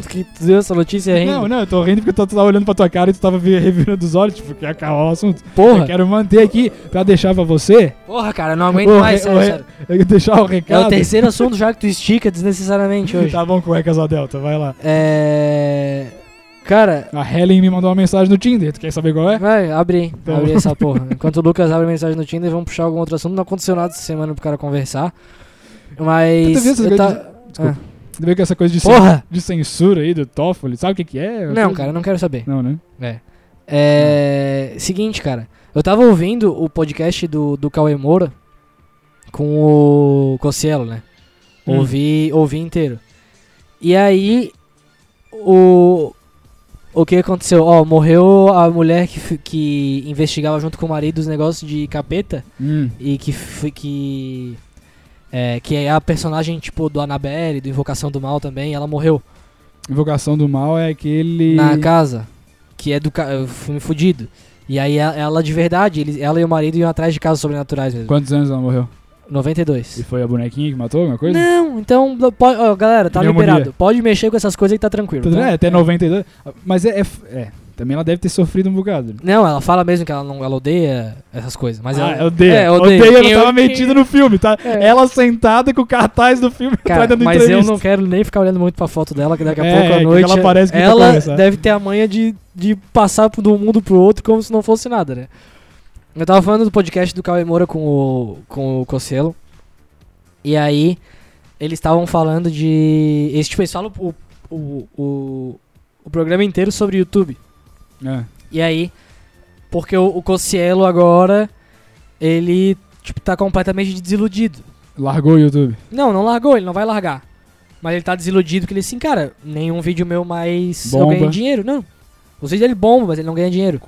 [SPEAKER 1] que tu deu essa notícia ainda?
[SPEAKER 3] Não, não, eu tô rindo porque tu tava olhando pra tua cara e tu tava vi- revirando os olhos, tipo, quer acabar o assunto. Eu
[SPEAKER 1] Porra.
[SPEAKER 3] quero manter aqui pra deixar pra você,
[SPEAKER 1] Porra, cara, não aguento
[SPEAKER 3] Ô,
[SPEAKER 1] mais,
[SPEAKER 3] ô,
[SPEAKER 1] sério,
[SPEAKER 3] é-
[SPEAKER 1] sério.
[SPEAKER 3] eu quero deixar o
[SPEAKER 1] É o
[SPEAKER 3] recado.
[SPEAKER 1] terceiro assunto já que tu estica desnecessariamente hoje.
[SPEAKER 3] Tá bom, cuecas a Delta, vai lá.
[SPEAKER 1] É. Cara,
[SPEAKER 3] A Helen me mandou uma mensagem no Tinder, tu quer saber qual é?
[SPEAKER 1] Vai, abre aí.
[SPEAKER 3] Tá
[SPEAKER 1] Abre
[SPEAKER 3] bom.
[SPEAKER 1] essa porra. Enquanto o Lucas abre mensagem no Tinder, vamos puxar algum outro assunto. Não aconteceu nada essa semana pro cara conversar.
[SPEAKER 3] Tu viu
[SPEAKER 1] Mas.
[SPEAKER 3] essas
[SPEAKER 1] eu
[SPEAKER 3] coisas
[SPEAKER 1] tá-
[SPEAKER 3] Tu vê com essa coisa de, cen-
[SPEAKER 1] Porra!
[SPEAKER 3] de censura aí do Toffoli, sabe o que que é?
[SPEAKER 1] Não, cara, não quero saber.
[SPEAKER 3] Não, né?
[SPEAKER 1] É. Seguinte, cara. Eu tava ouvindo o podcast do, do Cauê Moura com o Cossielo, né?
[SPEAKER 3] Hum.
[SPEAKER 1] Ouvi, ouvi inteiro. E aí. O. O que aconteceu? Ó, morreu a mulher que, fi- que investigava junto com o marido os negócios de capeta.
[SPEAKER 3] Hum.
[SPEAKER 1] e que foi que é, que é a personagem tipo do Annabelle, do Invocação do Mal também, ela morreu
[SPEAKER 3] Invocação do Mal é aquele...
[SPEAKER 1] na casa, que é do ca- é o filme fudido. E aí a- ela de verdade, eles, ela e o marido iam atrás de casos sobrenaturais mesmo.
[SPEAKER 3] Quantos anos ela morreu? E
[SPEAKER 1] 92.
[SPEAKER 3] foi a bonequinha que matou alguma coisa?
[SPEAKER 1] Não, então do- pode, ó, galera, tá
[SPEAKER 3] Pneumonia.
[SPEAKER 1] liberado. Pode mexer com essas coisas que tá tranquilo.
[SPEAKER 3] Tudo
[SPEAKER 1] tá?
[SPEAKER 3] bem, é, até 92. Mas é, é, f- é, também ela deve ter sofrido um bocado. né?
[SPEAKER 1] Não, ela fala mesmo que ela não ela odeia essas coisas, mas
[SPEAKER 3] ah,
[SPEAKER 1] ela
[SPEAKER 3] odeia.
[SPEAKER 1] É,
[SPEAKER 3] odeia.
[SPEAKER 1] odeia.
[SPEAKER 3] Ela
[SPEAKER 1] Eu-
[SPEAKER 3] tava metida no filme, tá?
[SPEAKER 1] É.
[SPEAKER 3] Ela sentada com o cartaz do filme
[SPEAKER 1] Cara,
[SPEAKER 3] atrás dando
[SPEAKER 1] mas
[SPEAKER 3] entrevista.
[SPEAKER 1] eu não quero nem ficar olhando muito pra foto dela, que daqui a
[SPEAKER 3] É, é,
[SPEAKER 1] pouco à
[SPEAKER 3] que
[SPEAKER 1] noite.
[SPEAKER 3] ela parece que tá
[SPEAKER 1] ela
[SPEAKER 3] conversando.
[SPEAKER 1] deve ter a manha de, de passar pro- de um mundo pro outro como se não fosse nada, né? Eu tava falando do podcast do Cauê Moura com o, com o Cosselo. E aí, eles estavam falando de. Eles, tipo, eles falam o, o, o, o programa inteiro sobre YouTube.
[SPEAKER 3] É.
[SPEAKER 1] E aí, Porque o, o Cossielo agora, ele, tipo, tá completamente desiludido.
[SPEAKER 3] Largou o YouTube.
[SPEAKER 1] Não, não largou, ele não vai largar. Mas ele tá desiludido que ele assim, cara, nenhum vídeo meu mais eu
[SPEAKER 3] Bomba.
[SPEAKER 1] ganhei dinheiro. Não. Os vídeos dele bomba, mas ele não ganha dinheiro.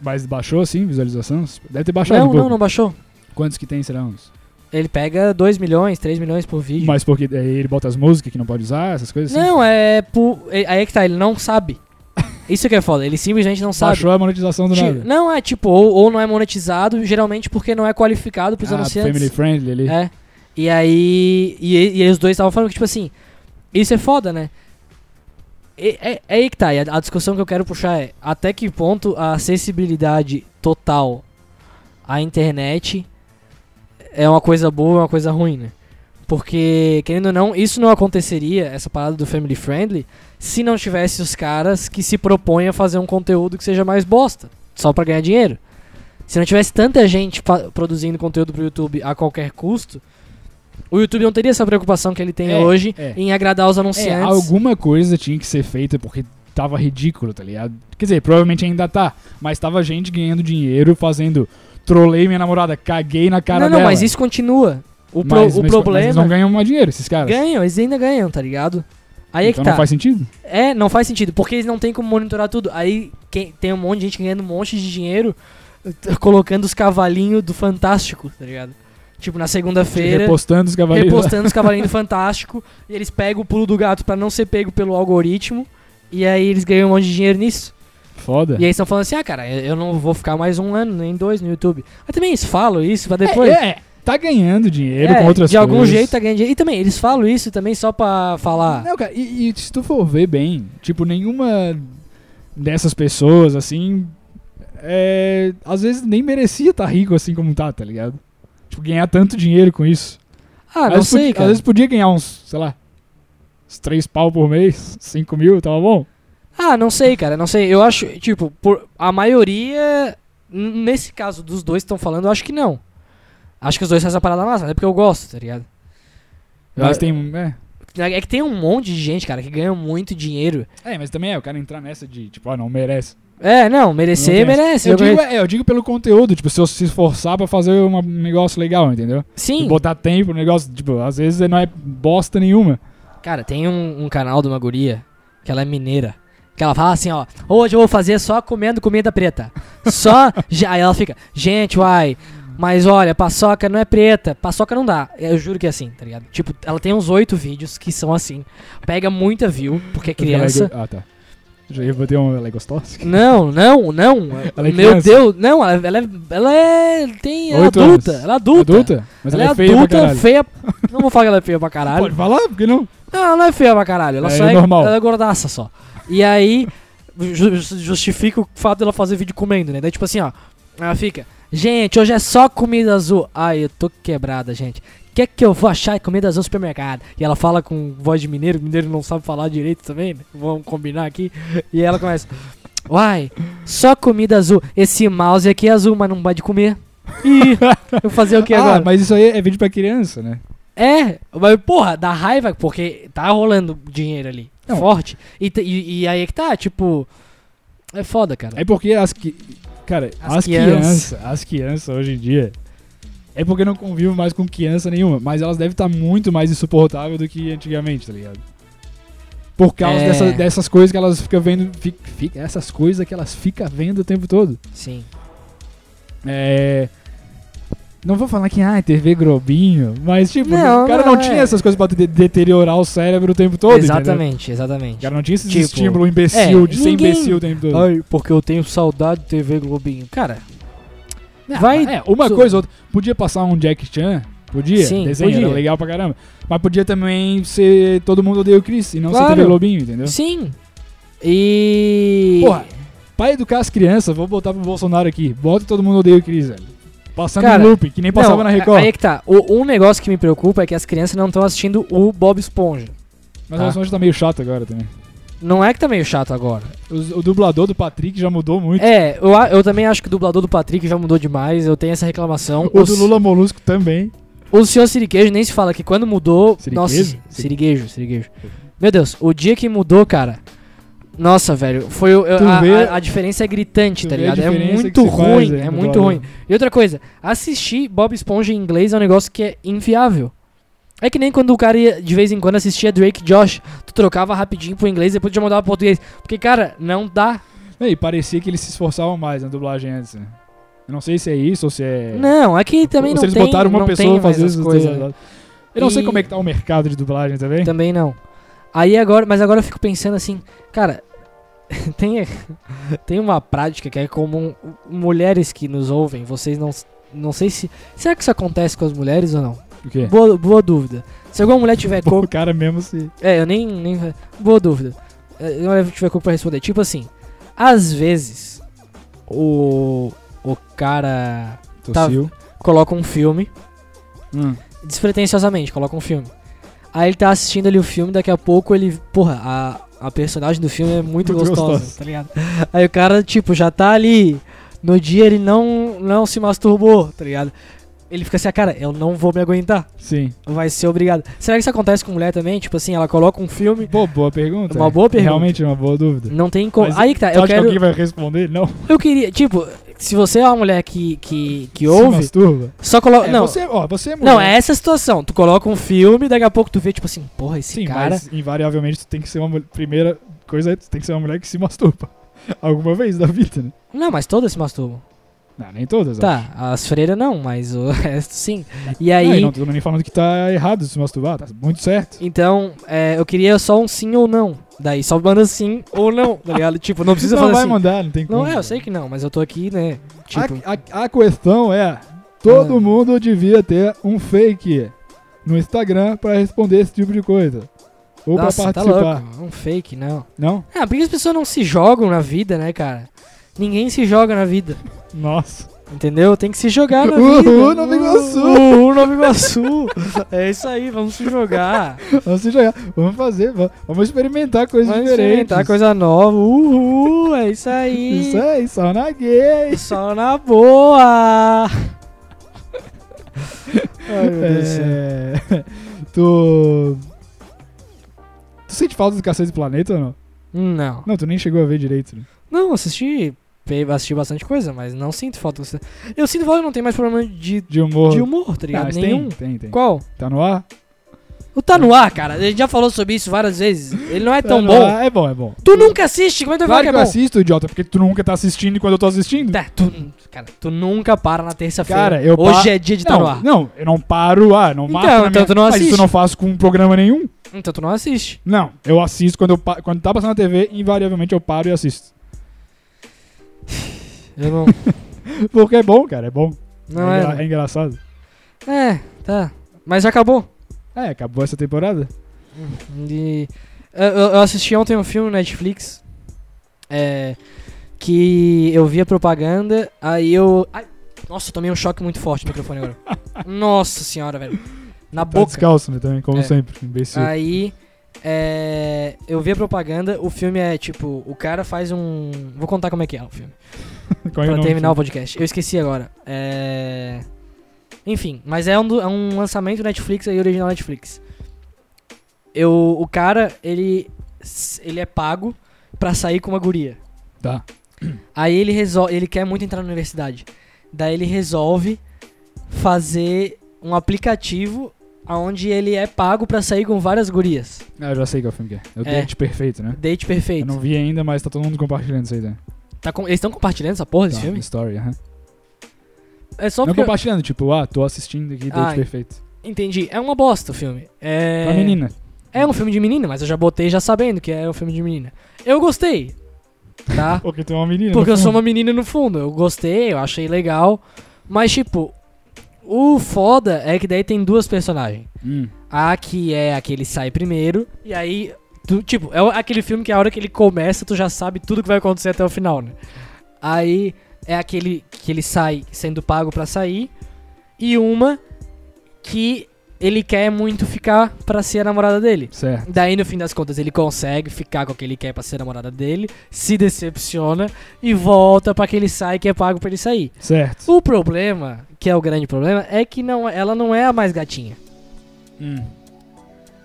[SPEAKER 3] Mas baixou assim, visualização? Deve ter baixado um
[SPEAKER 1] Não,
[SPEAKER 3] pouco.
[SPEAKER 1] não, não baixou.
[SPEAKER 3] Quantos que tem serão? uns?
[SPEAKER 1] Ele pega 2 milhões, 3 milhões por vídeo.
[SPEAKER 3] Mas porque aí ele bota as músicas que não pode usar, essas coisas assim?
[SPEAKER 1] Não, é por. é- Aí é que tá, ele não sabe. Isso que é foda, ele simplesmente não sabe.
[SPEAKER 3] Baixou a monetização do
[SPEAKER 1] Ti-
[SPEAKER 3] nada.
[SPEAKER 1] Não, é tipo, ou, ou não é monetizado, geralmente porque não é qualificado pros
[SPEAKER 3] Ah, family
[SPEAKER 1] anunciantes.
[SPEAKER 3] friendly ali.
[SPEAKER 1] É. E aí. E, e aí os dois estavam falando que, tipo assim, isso é foda, né? E- É, é aí que tá. e a, a discussão que eu quero puxar é até que ponto a acessibilidade total à internet é uma coisa boa é uma coisa ruim, né? Porque, querendo ou não, isso não aconteceria, essa parada do family friendly, se não tivesse os caras que se propõem a fazer um conteúdo que seja mais bosta, só pra ganhar dinheiro. Se não tivesse tanta gente fa- produzindo conteúdo pro YouTube a qualquer custo, o YouTube não teria essa preocupação que ele tem
[SPEAKER 3] É,
[SPEAKER 1] hoje
[SPEAKER 3] é.
[SPEAKER 1] em agradar os anunciantes.
[SPEAKER 3] É, alguma coisa tinha que ser feita porque tava ridículo, tá ligado? Quer dizer, provavelmente ainda tá, mas tava gente ganhando dinheiro fazendo trolei minha namorada, caguei na cara
[SPEAKER 1] não, não,
[SPEAKER 3] dela.
[SPEAKER 1] mas isso continua. O, pro-
[SPEAKER 3] Mas-
[SPEAKER 1] o
[SPEAKER 3] mas- mas eles
[SPEAKER 1] problema.
[SPEAKER 3] não ganham mais dinheiro, esses caras.
[SPEAKER 1] ganham, eles ainda ganham, tá ligado? Aí
[SPEAKER 3] então
[SPEAKER 1] é que tá.
[SPEAKER 3] não faz sentido?
[SPEAKER 1] É, não faz sentido, porque eles não têm como monitorar tudo. Aí quem- tem um monte de gente ganhando um monte de dinheiro t- colocando os cavalinhos do Fantástico, tá ligado? Tipo, na segunda-feira,
[SPEAKER 3] Repostando os cavaleiros.
[SPEAKER 1] repostando os cavalinhos do Fantástico, e eles pegam o pulo do gato pra não ser pego pelo algoritmo, e aí eles ganham um monte de dinheiro nisso.
[SPEAKER 3] Foda.
[SPEAKER 1] E aí estão falando assim, ah, cara, eu não vou ficar mais um ano, nem dois no YouTube. Mas também eles falam isso pra depois...
[SPEAKER 3] É, é, tá ganhando dinheiro
[SPEAKER 1] É,
[SPEAKER 3] com outras
[SPEAKER 1] de
[SPEAKER 3] coisas.
[SPEAKER 1] algum jeito tá ganhando dinheiro. E também, eles falam isso também só pra falar.
[SPEAKER 3] Não, cara, e, e se tu for ver bem, tipo, nenhuma dessas pessoas, assim, é, às vezes nem merecia estar rico assim como tá, tá ligado? Tipo, ganhar tanto dinheiro com isso.
[SPEAKER 1] ah,
[SPEAKER 3] às
[SPEAKER 1] não
[SPEAKER 3] vezes
[SPEAKER 1] sei,
[SPEAKER 3] podia,
[SPEAKER 1] cara.
[SPEAKER 3] Às vezes podia ganhar uns, sei lá, uns 3 pau por mês, 5 mil, tava bom.
[SPEAKER 1] Ah, não sei, cara, não sei. Eu acho, tipo, por a maioria, n- nesse caso dos dois que estão falando, eu acho que não. Acho que os dois fazem a parada massa, é porque eu gosto, tá ligado? Eu-
[SPEAKER 3] Mas tem. É.
[SPEAKER 1] É que tem um monte de gente, cara, que ganha muito dinheiro.
[SPEAKER 3] é, mas também é, o cara entrar nessa de, tipo, ah, não merece.
[SPEAKER 1] É, não,
[SPEAKER 3] Não
[SPEAKER 1] merecer,
[SPEAKER 3] tem essa.
[SPEAKER 1] merece.
[SPEAKER 3] Eu
[SPEAKER 1] Eu
[SPEAKER 3] digo,
[SPEAKER 1] ganhei-
[SPEAKER 3] é, eu digo pelo conteúdo, tipo, se eu se esforçar pra fazer uma- um negócio legal, entendeu?
[SPEAKER 1] é,
[SPEAKER 3] Tipo,
[SPEAKER 1] Sim,
[SPEAKER 3] Botar tempo no negócio, tipo, às vezes não é bosta nenhuma.
[SPEAKER 1] cara, tem um, um canal de uma guria, que ela é mineira, que ela fala assim, ó, hoje eu vou fazer só comendo comida preta. Só. ge- Aí ela fica, gente, uai. Mas olha, paçoca não é preta, paçoca não dá. Eu juro que é assim, tá ligado? Tipo, ela tem uns oito vídeos que são assim. Pega muita view, porque é
[SPEAKER 3] Porque ela é
[SPEAKER 1] criança.
[SPEAKER 3] go- Ah, tá. Já ia bater uma. Ela é gostosa?
[SPEAKER 1] Não, não, não.
[SPEAKER 3] Ela é
[SPEAKER 1] Meu
[SPEAKER 3] criança?
[SPEAKER 1] Deus, não, ela, ela é. Ela é. Tem. Ela é
[SPEAKER 3] Oito
[SPEAKER 1] adulta,
[SPEAKER 3] anos.
[SPEAKER 1] ela é adulta.
[SPEAKER 3] Adulta? Mas ela, é feia pra
[SPEAKER 1] adulta,
[SPEAKER 3] caralho.
[SPEAKER 1] feia. Não vou falar que ela é feia pra caralho.
[SPEAKER 3] Pode falar, porque não?
[SPEAKER 1] Não, ela não é feia pra caralho. Ela
[SPEAKER 3] É,
[SPEAKER 1] só
[SPEAKER 3] é
[SPEAKER 1] é,
[SPEAKER 3] normal.
[SPEAKER 1] Ela é gordaça só. E aí, ju- ju- justifica o fato dela fazer vídeo comendo, né? Daí, tipo assim, ó. Ela fica, gente, hoje é só comida azul. Ai, eu tô quebrada, gente. O que é que eu vou achar de comida azul no supermercado? E ela fala com voz de mineiro, o mineiro não sabe falar direito também, né? Vamos combinar aqui. E ela começa, uai, só comida azul. Esse mouse aqui é azul, mas não pode comer. Ih, eu vou fazer o que
[SPEAKER 3] ah,
[SPEAKER 1] agora?
[SPEAKER 3] mas isso aí é vídeo pra criança, né?
[SPEAKER 1] É, mas porra, dá raiva porque tá rolando dinheiro ali.
[SPEAKER 3] Não.
[SPEAKER 1] Forte. E, t- e- e aí é que tá, tipo. É foda, cara.
[SPEAKER 3] É porque as que. Cara,
[SPEAKER 1] As
[SPEAKER 3] as,
[SPEAKER 1] crianças.
[SPEAKER 3] crianças. as crianças hoje em dia. É porque eu não convivo mais com criança nenhuma, mas elas devem estar muito mais insuportáveis do que antigamente, tá ligado? Por causa
[SPEAKER 1] É.
[SPEAKER 3] dessa- dessas coisas que elas ficam vendo. fi- fi- essas coisas que elas ficam vendo o tempo todo.
[SPEAKER 1] Sim.
[SPEAKER 3] É. Não vou falar que, ah, TV Grobinho, mas tipo,
[SPEAKER 1] Não,
[SPEAKER 3] o cara
[SPEAKER 1] não,
[SPEAKER 3] não,
[SPEAKER 1] é.
[SPEAKER 3] tinha essas coisas pra de- deteriorar o cérebro o tempo todo. entendeu?
[SPEAKER 1] exatamente,
[SPEAKER 3] O
[SPEAKER 1] exatamente.
[SPEAKER 3] cara não tinha esse
[SPEAKER 1] Tipo,
[SPEAKER 3] estímulo imbecil
[SPEAKER 1] é,
[SPEAKER 3] de ser
[SPEAKER 1] ninguém-
[SPEAKER 3] imbecil o tempo todo.
[SPEAKER 1] Ai, porque eu tenho saudade de TV Globinho. Cara,
[SPEAKER 3] Não,
[SPEAKER 1] vai-
[SPEAKER 3] É, uma
[SPEAKER 1] so-
[SPEAKER 3] coisa ou outra. Podia passar um Jack Chan? Podia,
[SPEAKER 1] Sim,
[SPEAKER 3] desenho,
[SPEAKER 1] podia.
[SPEAKER 3] era legal pra caramba. Mas podia também ser Todo Mundo Odeia o Chris e não
[SPEAKER 1] Claro.
[SPEAKER 3] ser TV Globinho, entendeu?
[SPEAKER 1] sim. E.
[SPEAKER 3] né? Porra, pra educar as crianças, vou botar pro Bolsonaro aqui. Bota Todo Mundo Odeia o Chris, velho. Passando
[SPEAKER 1] Cara,
[SPEAKER 3] em loop, que nem passava
[SPEAKER 1] não,
[SPEAKER 3] na Record.
[SPEAKER 1] Aí é que tá. O- um negócio que me preocupa é que as crianças não estão assistindo o Bob Esponja.
[SPEAKER 3] Mas
[SPEAKER 1] tá.
[SPEAKER 3] o Bolsonaro tá meio chato agora também.
[SPEAKER 1] Não é que tá meio chato agora.
[SPEAKER 3] O, o dublador do Patrick já mudou muito.
[SPEAKER 1] É, eu, a- eu também acho que o dublador do Patrick já mudou demais. Eu tenho essa reclamação.
[SPEAKER 3] O
[SPEAKER 1] Os- Tá
[SPEAKER 3] do Lula Molusco também.
[SPEAKER 1] O senhor Siriguejo nem se fala que quando mudou.
[SPEAKER 3] Siriguejo?
[SPEAKER 1] Nossa, Siriguejo, Siriguejo. Meu Deus, o dia que mudou, cara. Nossa, velho, foi o- eu-
[SPEAKER 3] Tu
[SPEAKER 1] a,
[SPEAKER 3] vê-
[SPEAKER 1] a- a diferença é gritante,
[SPEAKER 3] tu
[SPEAKER 1] tá
[SPEAKER 3] vê a
[SPEAKER 1] ligado? É
[SPEAKER 3] diferença que
[SPEAKER 1] muito
[SPEAKER 3] se faz,
[SPEAKER 1] ruim,
[SPEAKER 3] né,
[SPEAKER 1] é
[SPEAKER 3] no
[SPEAKER 1] muito
[SPEAKER 3] valor.
[SPEAKER 1] ruim. E outra coisa, assistir Bob Esponja em inglês é um negócio que é inviável. É que nem quando o cara ia, de vez em quando assistia Drake e Josh, tu trocava rapidinho pro inglês e depois já mandava pro português. Porque, cara, não dá.
[SPEAKER 3] É, E parecia que eles se esforçavam mais na dublagem antes, né? Eu não sei se é isso ou se é.
[SPEAKER 1] Não, aqui também
[SPEAKER 3] ou
[SPEAKER 1] não
[SPEAKER 3] se eles
[SPEAKER 1] tem,
[SPEAKER 3] botaram uma
[SPEAKER 1] não
[SPEAKER 3] pessoa
[SPEAKER 1] tem mais
[SPEAKER 3] fazer
[SPEAKER 1] as
[SPEAKER 3] isso.
[SPEAKER 1] coisas. né?
[SPEAKER 3] Eu não sei
[SPEAKER 1] E- Tá.
[SPEAKER 3] como é que tá o mercado de dublagem tá também.
[SPEAKER 1] Também não. Aí agora, mas agora eu fico pensando assim, cara, tem, tem uma prática que é comum. Mulheres que nos ouvem, vocês não. Não sei se. Será que isso acontece com as mulheres ou não?
[SPEAKER 3] O quê?
[SPEAKER 1] Boa, boa dúvida. Se alguma mulher tiver
[SPEAKER 3] O
[SPEAKER 1] coco.
[SPEAKER 3] cara mesmo se.
[SPEAKER 1] É, eu nem. nem boa dúvida. É, Se alguma mulher tiver coco pra responder. Tipo assim, às vezes o. O cara
[SPEAKER 3] Tossiu.
[SPEAKER 1] coloca um filme
[SPEAKER 3] Hum.
[SPEAKER 1] despretensiosamente, coloca um filme. Aí ele tá assistindo ali o filme, daqui a pouco ele. Porra, a, a personagem do filme é muito,
[SPEAKER 3] Muito
[SPEAKER 1] gostosa,
[SPEAKER 3] gostosa.
[SPEAKER 1] tá ligado? Aí o cara, tipo, já tá ali. No dia ele não, não se masturbou, tá ligado? Ele fica assim, ah, cara, eu não vou me aguentar.
[SPEAKER 3] Sim.
[SPEAKER 1] Vai ser obrigado. Será que isso acontece com mulher também? Tipo assim, ela coloca um filme.
[SPEAKER 3] Pô, boa pergunta.
[SPEAKER 1] É uma boa pergunta.
[SPEAKER 3] Realmente é uma boa dúvida.
[SPEAKER 1] Não tem como.
[SPEAKER 3] Mas
[SPEAKER 1] Aí que tá,
[SPEAKER 3] Tu
[SPEAKER 1] eu
[SPEAKER 3] acha que
[SPEAKER 1] quero.
[SPEAKER 3] alguém vai responder? Não.
[SPEAKER 1] Eu queria, tipo, se você é uma mulher que, que, que
[SPEAKER 3] Se
[SPEAKER 1] ouve,
[SPEAKER 3] masturba.
[SPEAKER 1] só coloca.
[SPEAKER 3] É,
[SPEAKER 1] não,
[SPEAKER 3] Você, ó, você é mulher.
[SPEAKER 1] não, é essa a situação. Tu coloca um filme, daqui a pouco tu vê, tipo assim, porra, esse
[SPEAKER 3] Sim,
[SPEAKER 1] cara.
[SPEAKER 3] mas invariavelmente tu tem que ser uma mulher. Primeira coisa é tu tem que ser uma mulher que se masturba. Alguma vez da vida, né?
[SPEAKER 1] Não, mas todas se masturbam.
[SPEAKER 3] Não, nem todas. ó.
[SPEAKER 1] Tá, as freiras não, mas o resto sim. E
[SPEAKER 3] Não, e
[SPEAKER 1] aí,
[SPEAKER 3] É. não tô nem falando que tá errado se masturbar, tá muito certo.
[SPEAKER 1] então, é, eu queria só um sim ou não. Daí só manda sim ou não, tá ligado? Tipo, não precisa
[SPEAKER 3] não
[SPEAKER 1] fazer
[SPEAKER 3] vai
[SPEAKER 1] assim.
[SPEAKER 3] mandar, não tem como.
[SPEAKER 1] Não, é, eu sei que não, mas eu tô aqui, né? Tipo,
[SPEAKER 3] A, a- a questão é: todo
[SPEAKER 1] Ah.
[SPEAKER 3] mundo devia ter um fake no Instagram pra responder esse tipo de coisa. Ou
[SPEAKER 1] nossa,
[SPEAKER 3] pra
[SPEAKER 1] tá
[SPEAKER 3] participar.
[SPEAKER 1] louco. Um fake, não.
[SPEAKER 3] não?
[SPEAKER 1] Ah, porque as pessoas não se jogam na vida, né, cara? Ninguém se joga na vida,
[SPEAKER 3] Nossa.
[SPEAKER 1] entendeu? Tem que se jogar na
[SPEAKER 3] Uhul,
[SPEAKER 1] vida.
[SPEAKER 3] Nova Iguaçu.
[SPEAKER 1] Uhul, Nova Iguaçu! É isso aí, vamos se jogar.
[SPEAKER 3] Vamos se jogar. é. Vamos fazer, va- vamos experimentar coisas
[SPEAKER 1] Vamos
[SPEAKER 3] diferentes.
[SPEAKER 1] experimentar coisa nova. Uhul, é isso aí.
[SPEAKER 3] Isso aí, só na gay.
[SPEAKER 1] Só na boa! Ai, meu Deus do céu.
[SPEAKER 3] É... tu. Tu sente falta do Cacete Planeta ou não?
[SPEAKER 1] Não.
[SPEAKER 3] Não, tu nem chegou a ver direito. Né?
[SPEAKER 1] Não, assisti. pe- Assisti bastante coisa, mas não sinto falta. Eu sinto falta que não tem mais problema de,
[SPEAKER 3] De humor.
[SPEAKER 1] de humor, tá
[SPEAKER 3] Ah,
[SPEAKER 1] ligado?
[SPEAKER 3] mas
[SPEAKER 1] Nenhum.
[SPEAKER 3] tem, tem, tem.
[SPEAKER 1] Qual?
[SPEAKER 3] Tá no ar?
[SPEAKER 1] O Tá no ar, cara. A gente já falou sobre isso várias vezes. Ele não é
[SPEAKER 3] Tá
[SPEAKER 1] tão
[SPEAKER 3] no
[SPEAKER 1] bom.
[SPEAKER 3] ar. É bom, é bom.
[SPEAKER 1] Tu nunca assiste, como é que tu vai falar
[SPEAKER 3] Claro que
[SPEAKER 1] que
[SPEAKER 3] eu
[SPEAKER 1] é bom?
[SPEAKER 3] assisto, idiota, porque tu nunca tá assistindo enquanto eu tô assistindo.
[SPEAKER 1] Tá, tu, cara, tu nunca para na terça-feira.
[SPEAKER 3] Cara, eu
[SPEAKER 1] Hoje
[SPEAKER 3] pa-
[SPEAKER 1] é dia de Tá
[SPEAKER 3] não,
[SPEAKER 1] no ar.
[SPEAKER 3] não, eu não paro, ah, não
[SPEAKER 1] Então,
[SPEAKER 3] marco. na
[SPEAKER 1] então
[SPEAKER 3] minha-
[SPEAKER 1] tu não
[SPEAKER 3] Mas isso
[SPEAKER 1] assiste.
[SPEAKER 3] eu não faço com um programa nenhum.
[SPEAKER 1] Então tu não assiste.
[SPEAKER 3] Não, eu assisto quando, eu pa- quando tá passando na TV, invariavelmente eu paro e assisto.
[SPEAKER 1] Eu não.
[SPEAKER 3] Porque é bom, cara, é bom.
[SPEAKER 1] Não
[SPEAKER 3] é,
[SPEAKER 1] é.
[SPEAKER 3] engra- é engraçado.
[SPEAKER 1] É, tá. Mas já acabou.
[SPEAKER 3] É, acabou essa temporada?
[SPEAKER 1] De- Eu, eu- eu assisti ontem um filme no Netflix. é, que eu vi a propaganda, aí eu. Ai, nossa, eu tomei um choque muito forte no microfone agora. nossa senhora, velho. Na
[SPEAKER 3] Tá
[SPEAKER 1] boca.
[SPEAKER 3] descalço, né, também, como
[SPEAKER 1] É.
[SPEAKER 3] sempre, imbecil.
[SPEAKER 1] Aí. é, eu vi a propaganda, o filme é tipo. O cara faz um. Vou contar como é que é o filme.
[SPEAKER 3] Qual é o
[SPEAKER 1] Pra
[SPEAKER 3] nome
[SPEAKER 1] terminar o
[SPEAKER 3] do
[SPEAKER 1] podcast. Eu esqueci agora. É... Enfim, mas é um, do- é um lançamento Netflix aí, original Netflix. Eu, o cara, ele, s- ele é pago pra sair com uma guria.
[SPEAKER 3] filme? Tá.
[SPEAKER 1] Aí ele resolve, ele quer muito entrar na universidade. Daí ele resolve fazer um aplicativo onde ele é pago pra sair com várias gurias.
[SPEAKER 3] Ah, eu já sei qual filme que é. É o
[SPEAKER 1] É.
[SPEAKER 3] Dente Perfeito, né?
[SPEAKER 1] Date
[SPEAKER 3] Eu não
[SPEAKER 1] perfeito.
[SPEAKER 3] vi ainda, mas tá todo mundo compartilhando isso aí, né?
[SPEAKER 1] Tá com- eles estão compartilhando essa porra
[SPEAKER 3] Tá,
[SPEAKER 1] desse filme?
[SPEAKER 3] Story, aham.
[SPEAKER 1] É só
[SPEAKER 3] Não
[SPEAKER 1] porque...
[SPEAKER 3] compartilhando, tipo, ah, tô assistindo aqui Dente
[SPEAKER 1] Ah,
[SPEAKER 3] Perfeito.
[SPEAKER 1] Entendi. É uma bosta o filme. É...
[SPEAKER 3] Pra menina.
[SPEAKER 1] É um filme de menina, mas eu já botei já sabendo que é um filme de menina. Eu gostei, tá?
[SPEAKER 3] Porque tu é uma menina.
[SPEAKER 1] Porque
[SPEAKER 3] no
[SPEAKER 1] eu sou
[SPEAKER 3] fundo.
[SPEAKER 1] uma menina no fundo. Eu gostei, eu achei legal. Mas, tipo, o foda é que daí tem duas personagens.
[SPEAKER 3] Hum.
[SPEAKER 1] A que é a que ele sai primeiro, e aí. tu- tipo, é o- aquele filme que a hora que ele começa, tu já sabe tudo que vai acontecer até o final, né? Aí é aquele que ele sai sendo pago pra sair, e uma que ele quer muito ficar pra ser a namorada dele.
[SPEAKER 3] Certo.
[SPEAKER 1] Daí, no fim das contas, ele consegue ficar com a que ele quer pra ser namorada dele, se decepciona e volta pra que ele sai que é pago pra ele sair.
[SPEAKER 3] Certo.
[SPEAKER 1] O problema, que é o grande problema, é que não, ela não é a mais gatinha.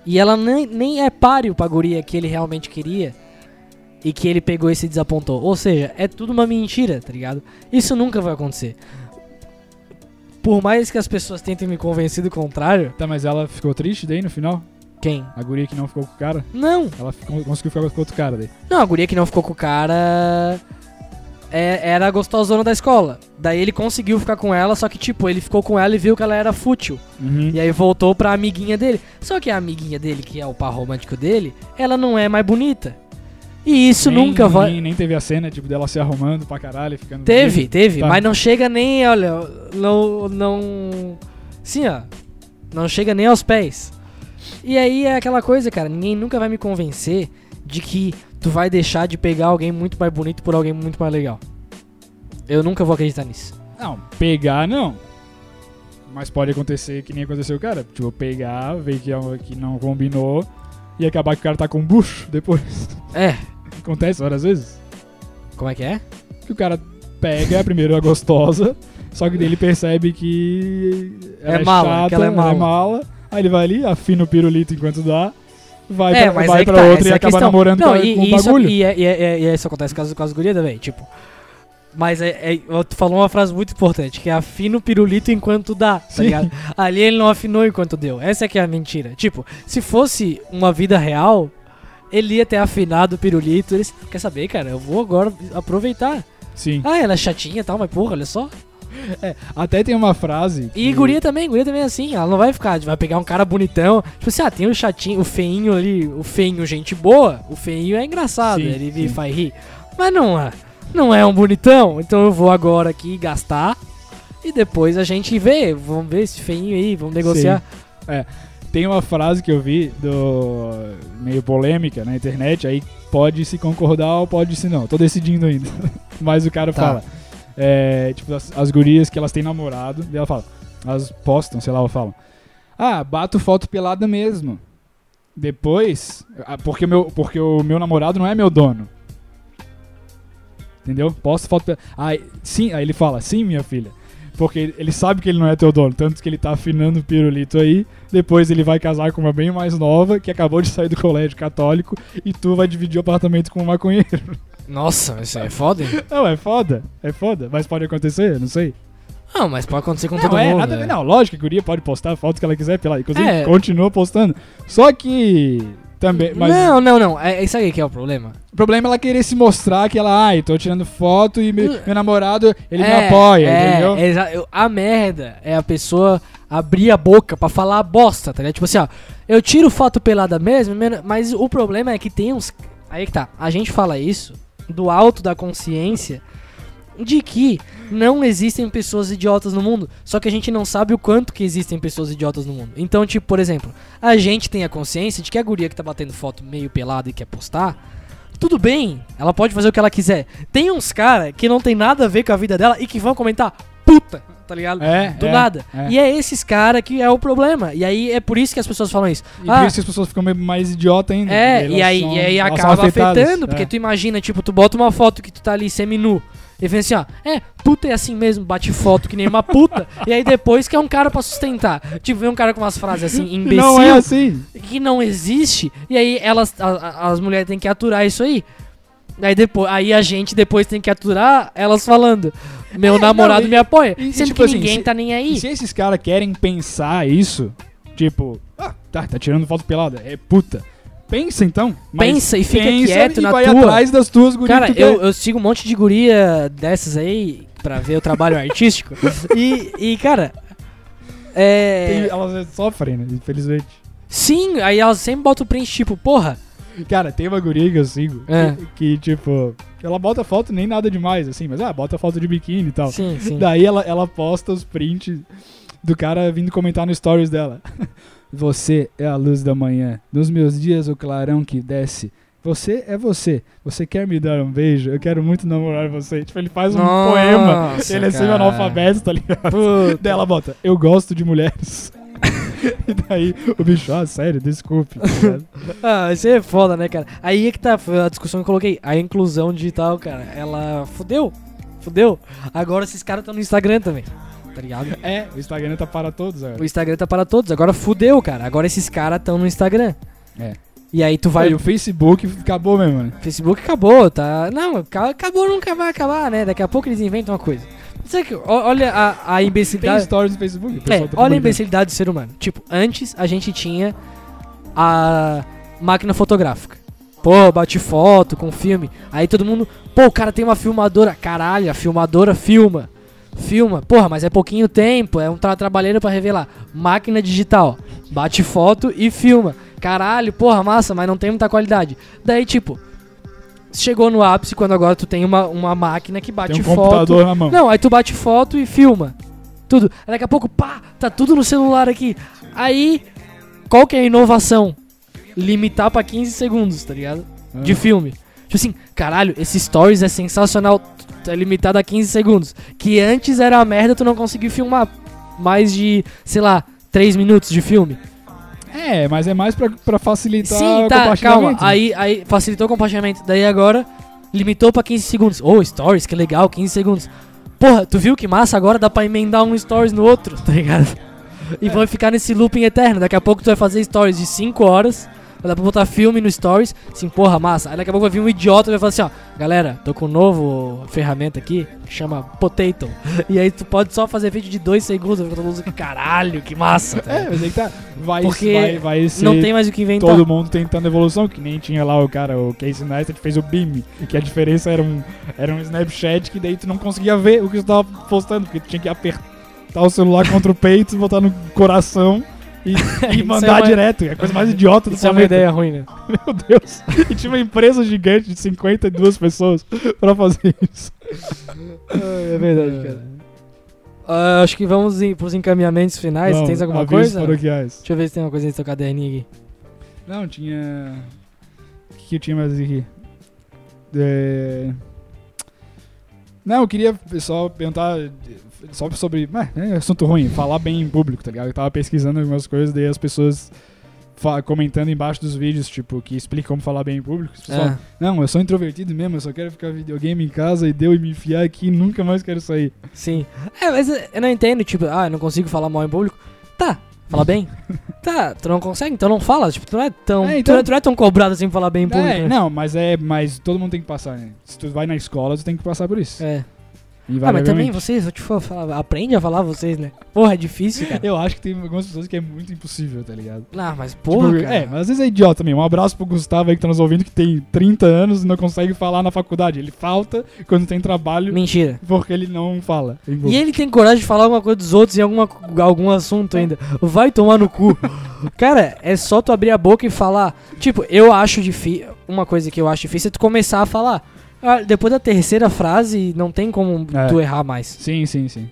[SPEAKER 1] E ela nem, nem é páreo pra guria que ele realmente queria. e que ele pegou e se desapontou. Ou seja, é tudo uma mentira, tá ligado? Isso nunca vai acontecer. Por mais que as pessoas tentem me convencer do contrário,
[SPEAKER 3] Tá, mas ela ficou triste daí no final?
[SPEAKER 1] quem?
[SPEAKER 3] A guria que não ficou com o cara?
[SPEAKER 1] Não!
[SPEAKER 3] Ela ficou- conseguiu ficar com outro cara daí.
[SPEAKER 1] Não, a guria que não ficou com o cara é- era a gostosona da escola. Daí ele conseguiu ficar com ela, só que tipo, ele ficou com ela e viu que ela era fútil. E aí voltou pra amiguinha dele. Só que a amiguinha dele, que é o par romântico dele, ela não é mais bonita. E isso
[SPEAKER 3] Nem-
[SPEAKER 1] nunca vai.
[SPEAKER 3] Nem, nem teve a cena, tipo, dela se arrumando pra caralho e ficando.
[SPEAKER 1] Teve, teve,
[SPEAKER 3] Tá.
[SPEAKER 1] mas não chega nem, olha, não, não, sim, ó, não chega nem aos pés. E aí é aquela coisa, cara, ninguém nunca vai me convencer de que tu vai deixar de pegar alguém muito mais bonito por alguém muito mais legal. Eu nunca vou acreditar nisso.
[SPEAKER 3] Não, pegar não. Mas pode acontecer que nem aconteceu, cara. Tipo, pegar, ver que, é um- que não combinou e acabar que o cara tá com um bucho depois.
[SPEAKER 1] É,
[SPEAKER 3] Acontece várias vezes.
[SPEAKER 1] como é que é?
[SPEAKER 3] Que o cara pega primeiro a gostosa, só que daí ele percebe que ela
[SPEAKER 1] É
[SPEAKER 3] é,
[SPEAKER 1] mala,
[SPEAKER 3] chata,
[SPEAKER 1] que ela é mala.
[SPEAKER 3] Aí ele vai ali, afina o pirulito enquanto dá, vai
[SPEAKER 1] é,
[SPEAKER 3] pra, vai
[SPEAKER 1] aí que
[SPEAKER 3] pra
[SPEAKER 1] tá,
[SPEAKER 3] outra
[SPEAKER 1] essa
[SPEAKER 3] e
[SPEAKER 1] é a
[SPEAKER 3] acaba
[SPEAKER 1] questão.
[SPEAKER 3] namorando
[SPEAKER 1] não,
[SPEAKER 3] com,
[SPEAKER 1] e,
[SPEAKER 3] com
[SPEAKER 1] e
[SPEAKER 3] o
[SPEAKER 1] isso,
[SPEAKER 3] bagulho.
[SPEAKER 1] e, é- e, é- e é- isso acontece com as, com as gurias também, tipo... Mas é, é, tu falou uma frase muito importante, que é afina o pirulito enquanto dá, tá
[SPEAKER 3] Sim.
[SPEAKER 1] ligado? Ali ele não afinou enquanto deu. Essa é que é a mentira. Tipo, se fosse uma vida real, ele ia ter afinado o pirulito. Ele, disse, quer saber, cara, eu vou agora aproveitar.
[SPEAKER 3] Sim.
[SPEAKER 1] Ah, ela é chatinha e tal, mas porra, olha só.
[SPEAKER 3] Até tem uma frase.
[SPEAKER 1] E
[SPEAKER 3] que-
[SPEAKER 1] guria também, guria também é assim. Ela não vai ficar, vai pegar um cara bonitão. Tipo assim, ah, tem o chatinho, o feinho ali, o feinho gente boa. O feinho é engraçado,
[SPEAKER 3] Sim,
[SPEAKER 1] ele me
[SPEAKER 3] sim.
[SPEAKER 1] faz rir. Mas não é, não é um bonitão. Então eu vou agora aqui gastar e depois a gente vê. Vamos ver esse feinho aí, vamos negociar.
[SPEAKER 3] Tem uma frase que eu vi do meio polêmica na internet, aí pode se concordar ou pode se não. Tô decidindo ainda. Mas o cara
[SPEAKER 1] Tá.
[SPEAKER 3] fala. é, tipo, as, as gurias que elas têm namorado, e ela fala. Elas postam, sei lá, ou falam. Ah, bato foto pelada mesmo. Depois. ah, Porque, o meu, porque o meu namorado não é meu dono. Entendeu? Posto foto pelada. Aí, sim, aí ele fala, sim, minha filha. Porque ele sabe que ele não é teu dono, tanto que ele tá afinando o pirulito aí. Depois ele vai casar com uma bem mais nova, que acabou de sair do colégio católico, e tu vai dividir o apartamento com um maconheiro.
[SPEAKER 1] Nossa, isso é foda. hein?
[SPEAKER 3] Não, é foda, é foda, mas pode acontecer, não sei.
[SPEAKER 1] Não, mas pode acontecer com
[SPEAKER 3] Não,
[SPEAKER 1] todo
[SPEAKER 3] é,
[SPEAKER 1] mundo.
[SPEAKER 3] nada a
[SPEAKER 1] né?
[SPEAKER 3] ver, não. Lógico que a guria pode postar a foto que ela quiser, pela, inclusive
[SPEAKER 1] É.
[SPEAKER 3] continua postando. Só que. Também. Mas
[SPEAKER 1] Não, não, não. É, isso aí que é o problema.
[SPEAKER 3] o problema é ela querer se mostrar que ela, ai, tô tirando foto e meu, meu namorado, ele
[SPEAKER 1] Hum. é,
[SPEAKER 3] me apoia,
[SPEAKER 1] é,
[SPEAKER 3] entendeu?
[SPEAKER 1] é exa- eu- a merda é a pessoa abrir a boca pra falar a bosta, tá ligado? Tipo assim, ó, eu tiro foto pelada mesmo, men- mas o problema é que tem uns. Aí que tá, a gente fala isso do alto da consciência de que não existem pessoas idiotas no mundo, só que a gente não sabe o quanto que existem pessoas idiotas no mundo. Então, tipo, por exemplo, a gente tem a consciência de que a guria que tá batendo foto meio pelada e quer postar, tudo bem, ela pode fazer o que ela quiser. Tem uns cara que não tem nada a ver com a vida dela e que vão comentar puta, tá ligado?
[SPEAKER 3] É,
[SPEAKER 1] Do
[SPEAKER 3] é,
[SPEAKER 1] nada.
[SPEAKER 3] é.
[SPEAKER 1] E é esses cara que é o problema. E aí é por isso que as pessoas falam isso. Ah,
[SPEAKER 3] E por isso que as pessoas ficam meio mais idiota ainda.
[SPEAKER 1] É,
[SPEAKER 3] elas
[SPEAKER 1] e aí,
[SPEAKER 3] são-
[SPEAKER 1] e aí
[SPEAKER 3] elas são
[SPEAKER 1] acaba
[SPEAKER 3] afetadas,
[SPEAKER 1] afetando, porque
[SPEAKER 3] é.
[SPEAKER 1] tu imagina, tipo, tu bota uma foto que tu tá ali semi-nu. E vem assim, ó, é, puta é assim mesmo, bate foto que nem uma puta. e aí depois quer um cara pra sustentar. Tipo, vem um cara com umas frases assim,
[SPEAKER 3] E
[SPEAKER 1] imbecil,
[SPEAKER 3] Não é assim.
[SPEAKER 1] que não existe. E aí elas, a- a- as mulheres têm que aturar isso aí. Aí, depois, aí a gente depois tem que aturar elas falando, meu
[SPEAKER 3] É,
[SPEAKER 1] namorado
[SPEAKER 3] não, e-
[SPEAKER 1] me apoia.
[SPEAKER 3] e- e
[SPEAKER 1] sendo
[SPEAKER 3] tipo
[SPEAKER 1] que
[SPEAKER 3] assim,
[SPEAKER 1] ninguém
[SPEAKER 3] se-
[SPEAKER 1] tá nem aí.
[SPEAKER 3] E se esses caras querem pensar isso, tipo, ah, tá, tá tirando foto pelada, é puta. Pensa então. mas
[SPEAKER 1] Pensa e fica
[SPEAKER 3] pensa
[SPEAKER 1] quieto
[SPEAKER 3] e
[SPEAKER 1] na
[SPEAKER 3] vai
[SPEAKER 1] tua.
[SPEAKER 3] atrás das tuas gurias.
[SPEAKER 1] Cara,
[SPEAKER 3] que tu
[SPEAKER 1] eu,
[SPEAKER 3] quer.
[SPEAKER 1] eu sigo um monte de guria dessas aí pra ver o trabalho artístico. E, e, cara.
[SPEAKER 3] Tem-
[SPEAKER 1] É.
[SPEAKER 3] Elas sofrem, né? Infelizmente.
[SPEAKER 1] Sim, aí elas sempre botam o print tipo, porra.
[SPEAKER 3] Cara, tem uma guria que eu sigo
[SPEAKER 1] É.
[SPEAKER 3] que, que, tipo, ela bota foto nem nada demais, assim, mas ah, bota foto de biquíni e tal.
[SPEAKER 1] Sim, sim.
[SPEAKER 3] Daí ela, ela posta os prints do cara vindo comentar no stories dela. Você é a luz da manhã. Nos meus dias, o clarão que desce. Você é você. Você quer me dar um beijo? Eu quero muito namorar você. Tipo, ele faz um
[SPEAKER 1] Nossa,
[SPEAKER 3] poema. Ele é
[SPEAKER 1] cara.
[SPEAKER 3] semi-analfabeto, tá ligado?
[SPEAKER 1] Puta.
[SPEAKER 3] Daí ela bota, eu gosto de mulheres. e daí o bicho, ah, sério, desculpe. tá ligado?
[SPEAKER 1] Ah, isso aí é foda, né, cara? Aí é que tá, foi a discussão que eu coloquei. A inclusão digital, cara, ela fudeu. Fudeu. Agora esses caras estão no Instagram também. Tá ligado?
[SPEAKER 3] é, o Instagram tá para todos agora.
[SPEAKER 1] O Instagram tá para todos. Agora fudeu, cara. Agora esses caras estão no Instagram.
[SPEAKER 3] É.
[SPEAKER 1] E aí tu vai.
[SPEAKER 3] Aí o Facebook acabou mesmo, né?
[SPEAKER 1] Facebook acabou, tá? Não, ca- acabou, nunca vai acabar, né? Daqui a pouco eles inventam uma coisa. Sabe que, ó, olha a, a
[SPEAKER 3] Tem
[SPEAKER 1] imbecilidade.
[SPEAKER 3] stories no Facebook. o
[SPEAKER 1] É,
[SPEAKER 3] pessoal tá
[SPEAKER 1] olha a
[SPEAKER 3] publicando.
[SPEAKER 1] imbecilidade do ser humano. Tipo, antes a gente tinha a máquina fotográfica. Pô, bate foto com filme. Aí todo mundo, pô, o cara tem uma filmadora. Caralho, a filmadora filma. Filma. Porra, mas é pouquinho tempo, é um tra trabalheiro pra revelar. Máquina digital. Bate foto e filma. Caralho, porra, massa, mas não tem muita qualidade. Daí, tipo, chegou no ápice quando agora tu tem uma, uma máquina que bate
[SPEAKER 3] Tem um
[SPEAKER 1] foto.
[SPEAKER 3] computador na mão.
[SPEAKER 1] Não, aí tu bate foto e filma. Tudo. Aí daqui a pouco, pá, tá tudo no celular aqui. Aí, qual que é a inovação? Limitar pra 15 segundos, tá ligado?
[SPEAKER 3] Ah.
[SPEAKER 1] De filme. Tipo assim, caralho, esse Stories é sensacional. É limitado a 15 segundos. Que antes era a merda tu não conseguir filmar mais de, sei lá, 3 minutos de filme.
[SPEAKER 3] É, mas é mais pra, pra facilitar
[SPEAKER 1] Sim,
[SPEAKER 3] o
[SPEAKER 1] tá, calma.
[SPEAKER 3] compartilhamento. né?
[SPEAKER 1] Aí, aí facilitou o compartilhamento. Daí agora limitou pra 15 segundos. Oh, stories, que legal, 15 segundos. Porra, tu viu que massa? Agora dá pra emendar um stories no outro, tá ligado? E vai ficar nesse looping eterno. Daqui a pouco tu vai fazer stories de 5 horas. Vai dar pra botar filme no stories. Assim, porra, massa. Aí daqui a pouco vai vir um idiota e vai falar assim, ó. Galera, tô com um novo ferramenta aqui, que chama Potato. E aí tu pode só fazer vídeo de 2 segundos. Vai ficar todo mundo assim, caralho, que massa. tá
[SPEAKER 3] É,
[SPEAKER 1] ligado?
[SPEAKER 3] mas aí que tá. Vai,
[SPEAKER 1] Porque
[SPEAKER 3] vai, vai ser
[SPEAKER 1] Não tem mais o que inventar.
[SPEAKER 3] todo mundo tentando evolução, que nem tinha lá o cara, o Casey Neistat fez o BIM, que a diferença era um, era um Snapchat que daí tu não conseguia ver o que tu tava postando, porque tu tinha que apertar o celular contra o peito, botar no coração e, e
[SPEAKER 1] Isso
[SPEAKER 3] mandar
[SPEAKER 1] é uma-
[SPEAKER 3] direto. É a coisa mais idiota do
[SPEAKER 1] Isso é uma
[SPEAKER 3] planeta.
[SPEAKER 1] ideia ruim, né?
[SPEAKER 3] Meu Deus. E tinha uma empresa gigante de 52 pessoas pra fazer isso.
[SPEAKER 1] É verdade, cara. Ah, acho que vamos em, pros encaminhamentos finais.
[SPEAKER 3] Não, um
[SPEAKER 1] Tens Ah, alguma
[SPEAKER 3] avisos
[SPEAKER 1] coisa?
[SPEAKER 3] paroquiais.
[SPEAKER 1] Deixa eu ver se tem uma coisa nesse teu caderninho aqui.
[SPEAKER 3] Não, tinha. O que, que eu tinha mais aqui? É... Não, eu queria só perguntar eh, só sobre. Mas, né, assunto ruim, falar bem em público, tá ligado? Eu tava pesquisando algumas coisas, daí as pessoas fa- comentando embaixo dos vídeos, tipo, que explica como falar bem em público. As pessoas
[SPEAKER 1] Ah,
[SPEAKER 3] Não, eu sou introvertido mesmo, eu só quero ficar videogame em casa e deu e me enfiar aqui e nunca mais quero sair.
[SPEAKER 1] sim. É, mas eh, eu não entendo, tipo, ah, eu não consigo falar mal em público. Tá, fala bem. tá, tu não consegue, então não fala. Tipo, tu não é tão.
[SPEAKER 3] É,
[SPEAKER 1] tu
[SPEAKER 3] então-
[SPEAKER 1] não é- tu não é tão cobrado assim pra falar bem em público.
[SPEAKER 3] É,
[SPEAKER 1] né?
[SPEAKER 3] não, mas é. Mas todo mundo tem que passar, né? Se tu vai na escola, tu tem que passar por isso.
[SPEAKER 1] É.
[SPEAKER 3] E
[SPEAKER 1] Ah, mas também
[SPEAKER 3] invariavelmente.
[SPEAKER 1] vocês, eu te falo, fala- aprende a falar vocês, né? Porra, é difícil, cara.
[SPEAKER 3] Eu acho que tem algumas pessoas que é muito impossível, tá ligado?
[SPEAKER 1] Ah, mas porra,
[SPEAKER 3] Tipo,
[SPEAKER 1] cara.
[SPEAKER 3] É, mas às vezes é idiota mesmo. Um abraço pro Gustavo aí que tá nos ouvindo, que tem 30 anos e não consegue falar na faculdade. Ele falta quando tem trabalho
[SPEAKER 1] Mentira.
[SPEAKER 3] porque ele não fala.
[SPEAKER 1] E ele tem coragem de falar alguma coisa dos outros em alguma, algum assunto ainda. Vai tomar no cu. Cara, é só tu abrir a boca e falar. Tipo, eu acho difícil. Uma coisa que eu acho difícil é tu começar a falar. Ah, depois da terceira frase, não tem como
[SPEAKER 3] É.
[SPEAKER 1] tu errar mais.
[SPEAKER 3] Sim, sim, sim.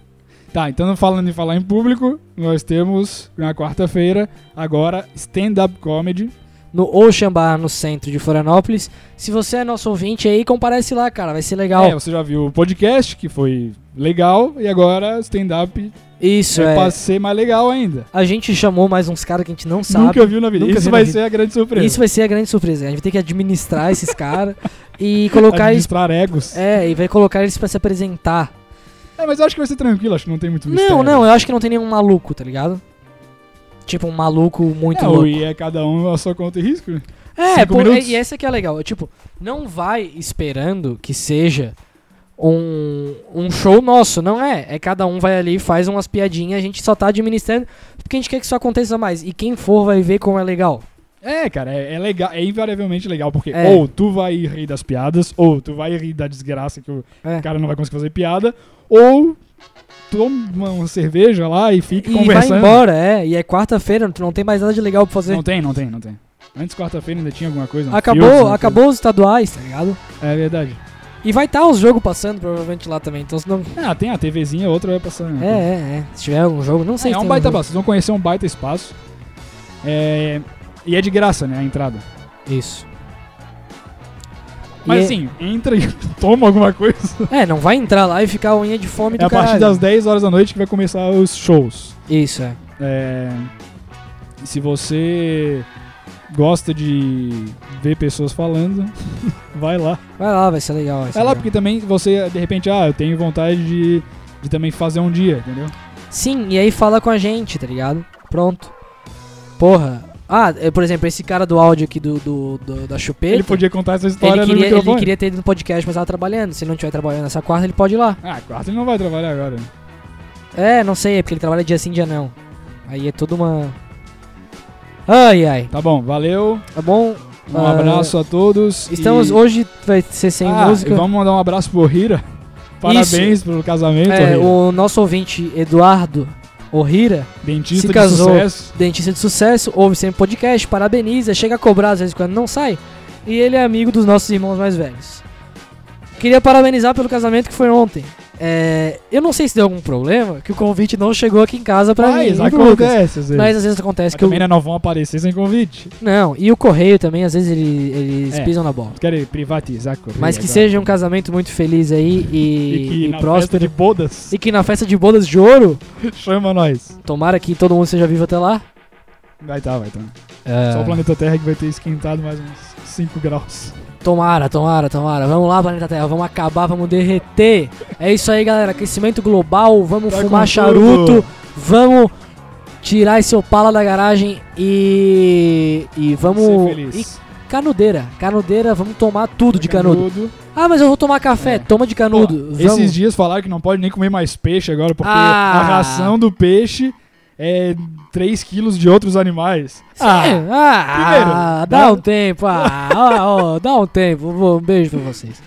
[SPEAKER 3] Tá, então falando em falar em público, nós temos na quarta-feira agora stand-up comedy.
[SPEAKER 1] No Ocean Bar, no centro de Florianópolis. Se você é nosso ouvinte aí, comparece lá, cara. Vai ser legal.
[SPEAKER 3] É, você já viu o podcast, que foi legal, e agora stand-up
[SPEAKER 1] Isso,
[SPEAKER 3] é
[SPEAKER 1] é.
[SPEAKER 3] pra ser mais legal ainda.
[SPEAKER 1] A gente chamou mais uns caras que a gente não sabe.
[SPEAKER 3] Nunca viu na vida.
[SPEAKER 1] Nunca
[SPEAKER 3] Isso
[SPEAKER 1] vi
[SPEAKER 3] vai
[SPEAKER 1] na vida.
[SPEAKER 3] ser a grande surpresa.
[SPEAKER 1] Isso vai ser a grande surpresa. A gente vai ter que administrar esses caras e colocar eles.
[SPEAKER 3] Administrar egos.
[SPEAKER 1] É, e vai colocar eles pra se apresentar.
[SPEAKER 3] É, mas eu acho que vai ser tranquilo, acho que não tem muito mistério.
[SPEAKER 1] Não, não, é eu acho que não tem nenhum maluco, tá ligado? Tipo, um maluco muito
[SPEAKER 3] é,
[SPEAKER 1] louco.
[SPEAKER 3] E é cada um a sua conta e risco, né?
[SPEAKER 1] É,
[SPEAKER 3] cinco
[SPEAKER 1] pô,
[SPEAKER 3] minutos?
[SPEAKER 1] e e essa que é legal. Tipo, não vai esperando que seja um, um show nosso, não é? É cada um vai ali, faz umas piadinhas, a gente só tá administrando, porque a gente quer que isso aconteça mais. E quem for vai ver como é legal.
[SPEAKER 3] É, cara, é, é legal, é invariavelmente legal, porque
[SPEAKER 1] É.
[SPEAKER 3] ou tu vai rir das piadas, ou tu vai rir da desgraça que o
[SPEAKER 1] É.
[SPEAKER 3] cara não vai conseguir fazer piada, ou toma uma cerveja lá e fica
[SPEAKER 1] E vai
[SPEAKER 3] conversando.
[SPEAKER 1] embora, é. E é quarta-feira, tu não tem mais nada de legal pra fazer.
[SPEAKER 3] Não tem, não tem, não tem. Antes quarta-feira ainda tinha alguma coisa. um
[SPEAKER 1] acabou,
[SPEAKER 3] filtro, uma
[SPEAKER 1] acabou os estaduais, tá ligado?
[SPEAKER 3] coisa. É verdade.
[SPEAKER 1] E vai estar tá os jogos passando, provavelmente, lá também. Então, se não.
[SPEAKER 3] Ah, tem a TVzinha, outra vai passando.
[SPEAKER 1] É, é, é. Se tiver algum jogo, não sei
[SPEAKER 3] É,
[SPEAKER 1] se
[SPEAKER 3] é um
[SPEAKER 1] tem
[SPEAKER 3] baita
[SPEAKER 1] jogo.
[SPEAKER 3] espaço, vocês vão conhecer um baita espaço. É, E é de graça, né, a entrada.
[SPEAKER 1] Isso.
[SPEAKER 3] Mas
[SPEAKER 1] E-
[SPEAKER 3] assim, entra e toma alguma coisa.
[SPEAKER 1] É, não vai entrar lá e ficar a unha de fome
[SPEAKER 3] É
[SPEAKER 1] do
[SPEAKER 3] a partir
[SPEAKER 1] caralho.
[SPEAKER 3] das 10 horas da noite que vai começar os shows.
[SPEAKER 1] Isso, é.
[SPEAKER 3] É, se você gosta de ver pessoas falando, vai lá.
[SPEAKER 1] Vai lá, vai ser legal. Vai ser
[SPEAKER 3] Vai lá,
[SPEAKER 1] legal.
[SPEAKER 3] porque também você, de repente, ah, eu tenho vontade de, de também fazer um dia, entendeu?
[SPEAKER 1] Sim, e aí fala com a gente, tá ligado? Pronto. Porra, Ah, é, por exemplo, esse cara do áudio aqui do, do- do- da chupeta.
[SPEAKER 3] Ele podia contar essa
[SPEAKER 1] ele
[SPEAKER 3] história no
[SPEAKER 1] queria, ele
[SPEAKER 3] microfone.
[SPEAKER 1] queria ter ido no podcast, mas tava trabalhando. Se ele não estiver trabalhando nessa quarta, ele pode ir lá.
[SPEAKER 3] Ah, quarta ele não vai trabalhar agora. né?
[SPEAKER 1] É, não sei, é porque ele trabalha dia sim, dia não. Aí é tudo uma. Ai, ai.
[SPEAKER 3] Tá bom, valeu.
[SPEAKER 1] Tá bom?
[SPEAKER 3] Um
[SPEAKER 1] Ah,
[SPEAKER 3] abraço a todos.
[SPEAKER 1] Estamos.
[SPEAKER 3] e...
[SPEAKER 1] Hoje vai ser sem
[SPEAKER 3] Ah,
[SPEAKER 1] música.
[SPEAKER 3] E vamos mandar um abraço pro Hira. Parabéns pelo casamento,
[SPEAKER 1] É,
[SPEAKER 3] Hira.
[SPEAKER 1] o nosso ouvinte Eduardo Orrira,
[SPEAKER 3] Dentista
[SPEAKER 1] se
[SPEAKER 3] de
[SPEAKER 1] casou.
[SPEAKER 3] sucesso.
[SPEAKER 1] dentista de sucesso, ouve sempre podcast, parabeniza, chega a cobrar às vezes quando não sai, e ele é amigo dos nossos irmãos mais velhos. Queria parabenizar pelo casamento que foi ontem. É, eu não sei se deu algum problema, que o convite não chegou aqui em casa pra mim.
[SPEAKER 3] Mas
[SPEAKER 1] e pro Lucas.
[SPEAKER 3] acontece, às vezes.
[SPEAKER 1] Mas às vezes acontece
[SPEAKER 3] Mas
[SPEAKER 1] que eu...
[SPEAKER 3] também né, não vão aparecer sem convite.
[SPEAKER 1] Não, e o correio também, às vezes ele- eles
[SPEAKER 3] É.
[SPEAKER 1] pisam na bola.
[SPEAKER 3] Querem privatizar a correia
[SPEAKER 1] Mas que
[SPEAKER 3] agora.
[SPEAKER 1] seja um casamento muito feliz aí e,
[SPEAKER 3] E que
[SPEAKER 1] e
[SPEAKER 3] na festa
[SPEAKER 1] próspero.
[SPEAKER 3] de bodas,
[SPEAKER 1] E que na festa de bodas de ouro,
[SPEAKER 3] chama nós.
[SPEAKER 1] tomara que todo mundo seja vivo até lá.
[SPEAKER 3] Vai tá, vai tá.
[SPEAKER 1] É.
[SPEAKER 3] Só o planeta Terra que vai ter esquentado mais uns 5 graus.
[SPEAKER 1] Tomara, tomara, tomara. Vamos lá, planeta Terra. Vamos acabar, vamos derreter. É isso aí, galera. Aquecimento global. Vamos
[SPEAKER 3] Vai Tá com
[SPEAKER 1] fumar
[SPEAKER 3] tudo.
[SPEAKER 1] charuto. Vamos tirar esse Opala da garagem e. E
[SPEAKER 3] Ser
[SPEAKER 1] vamos. E
[SPEAKER 3] feliz.
[SPEAKER 1] canudeira. Canudeira, vamos tomar tudo de canudo.
[SPEAKER 3] Canudo.
[SPEAKER 1] Ah, mas eu vou tomar café.
[SPEAKER 3] É.
[SPEAKER 1] Toma de canudo.
[SPEAKER 3] Pô,
[SPEAKER 1] vamos.
[SPEAKER 3] Esses dias falaram que não pode nem comer mais peixe agora, porque
[SPEAKER 1] Ah.
[SPEAKER 3] a ração do peixe é 3 quilos de outros animais.
[SPEAKER 1] Ah, ah,
[SPEAKER 3] primeiro,
[SPEAKER 1] dá
[SPEAKER 3] né?
[SPEAKER 1] um tempo. Ah, ó, ó, dá um tempo. Um beijo pra vocês.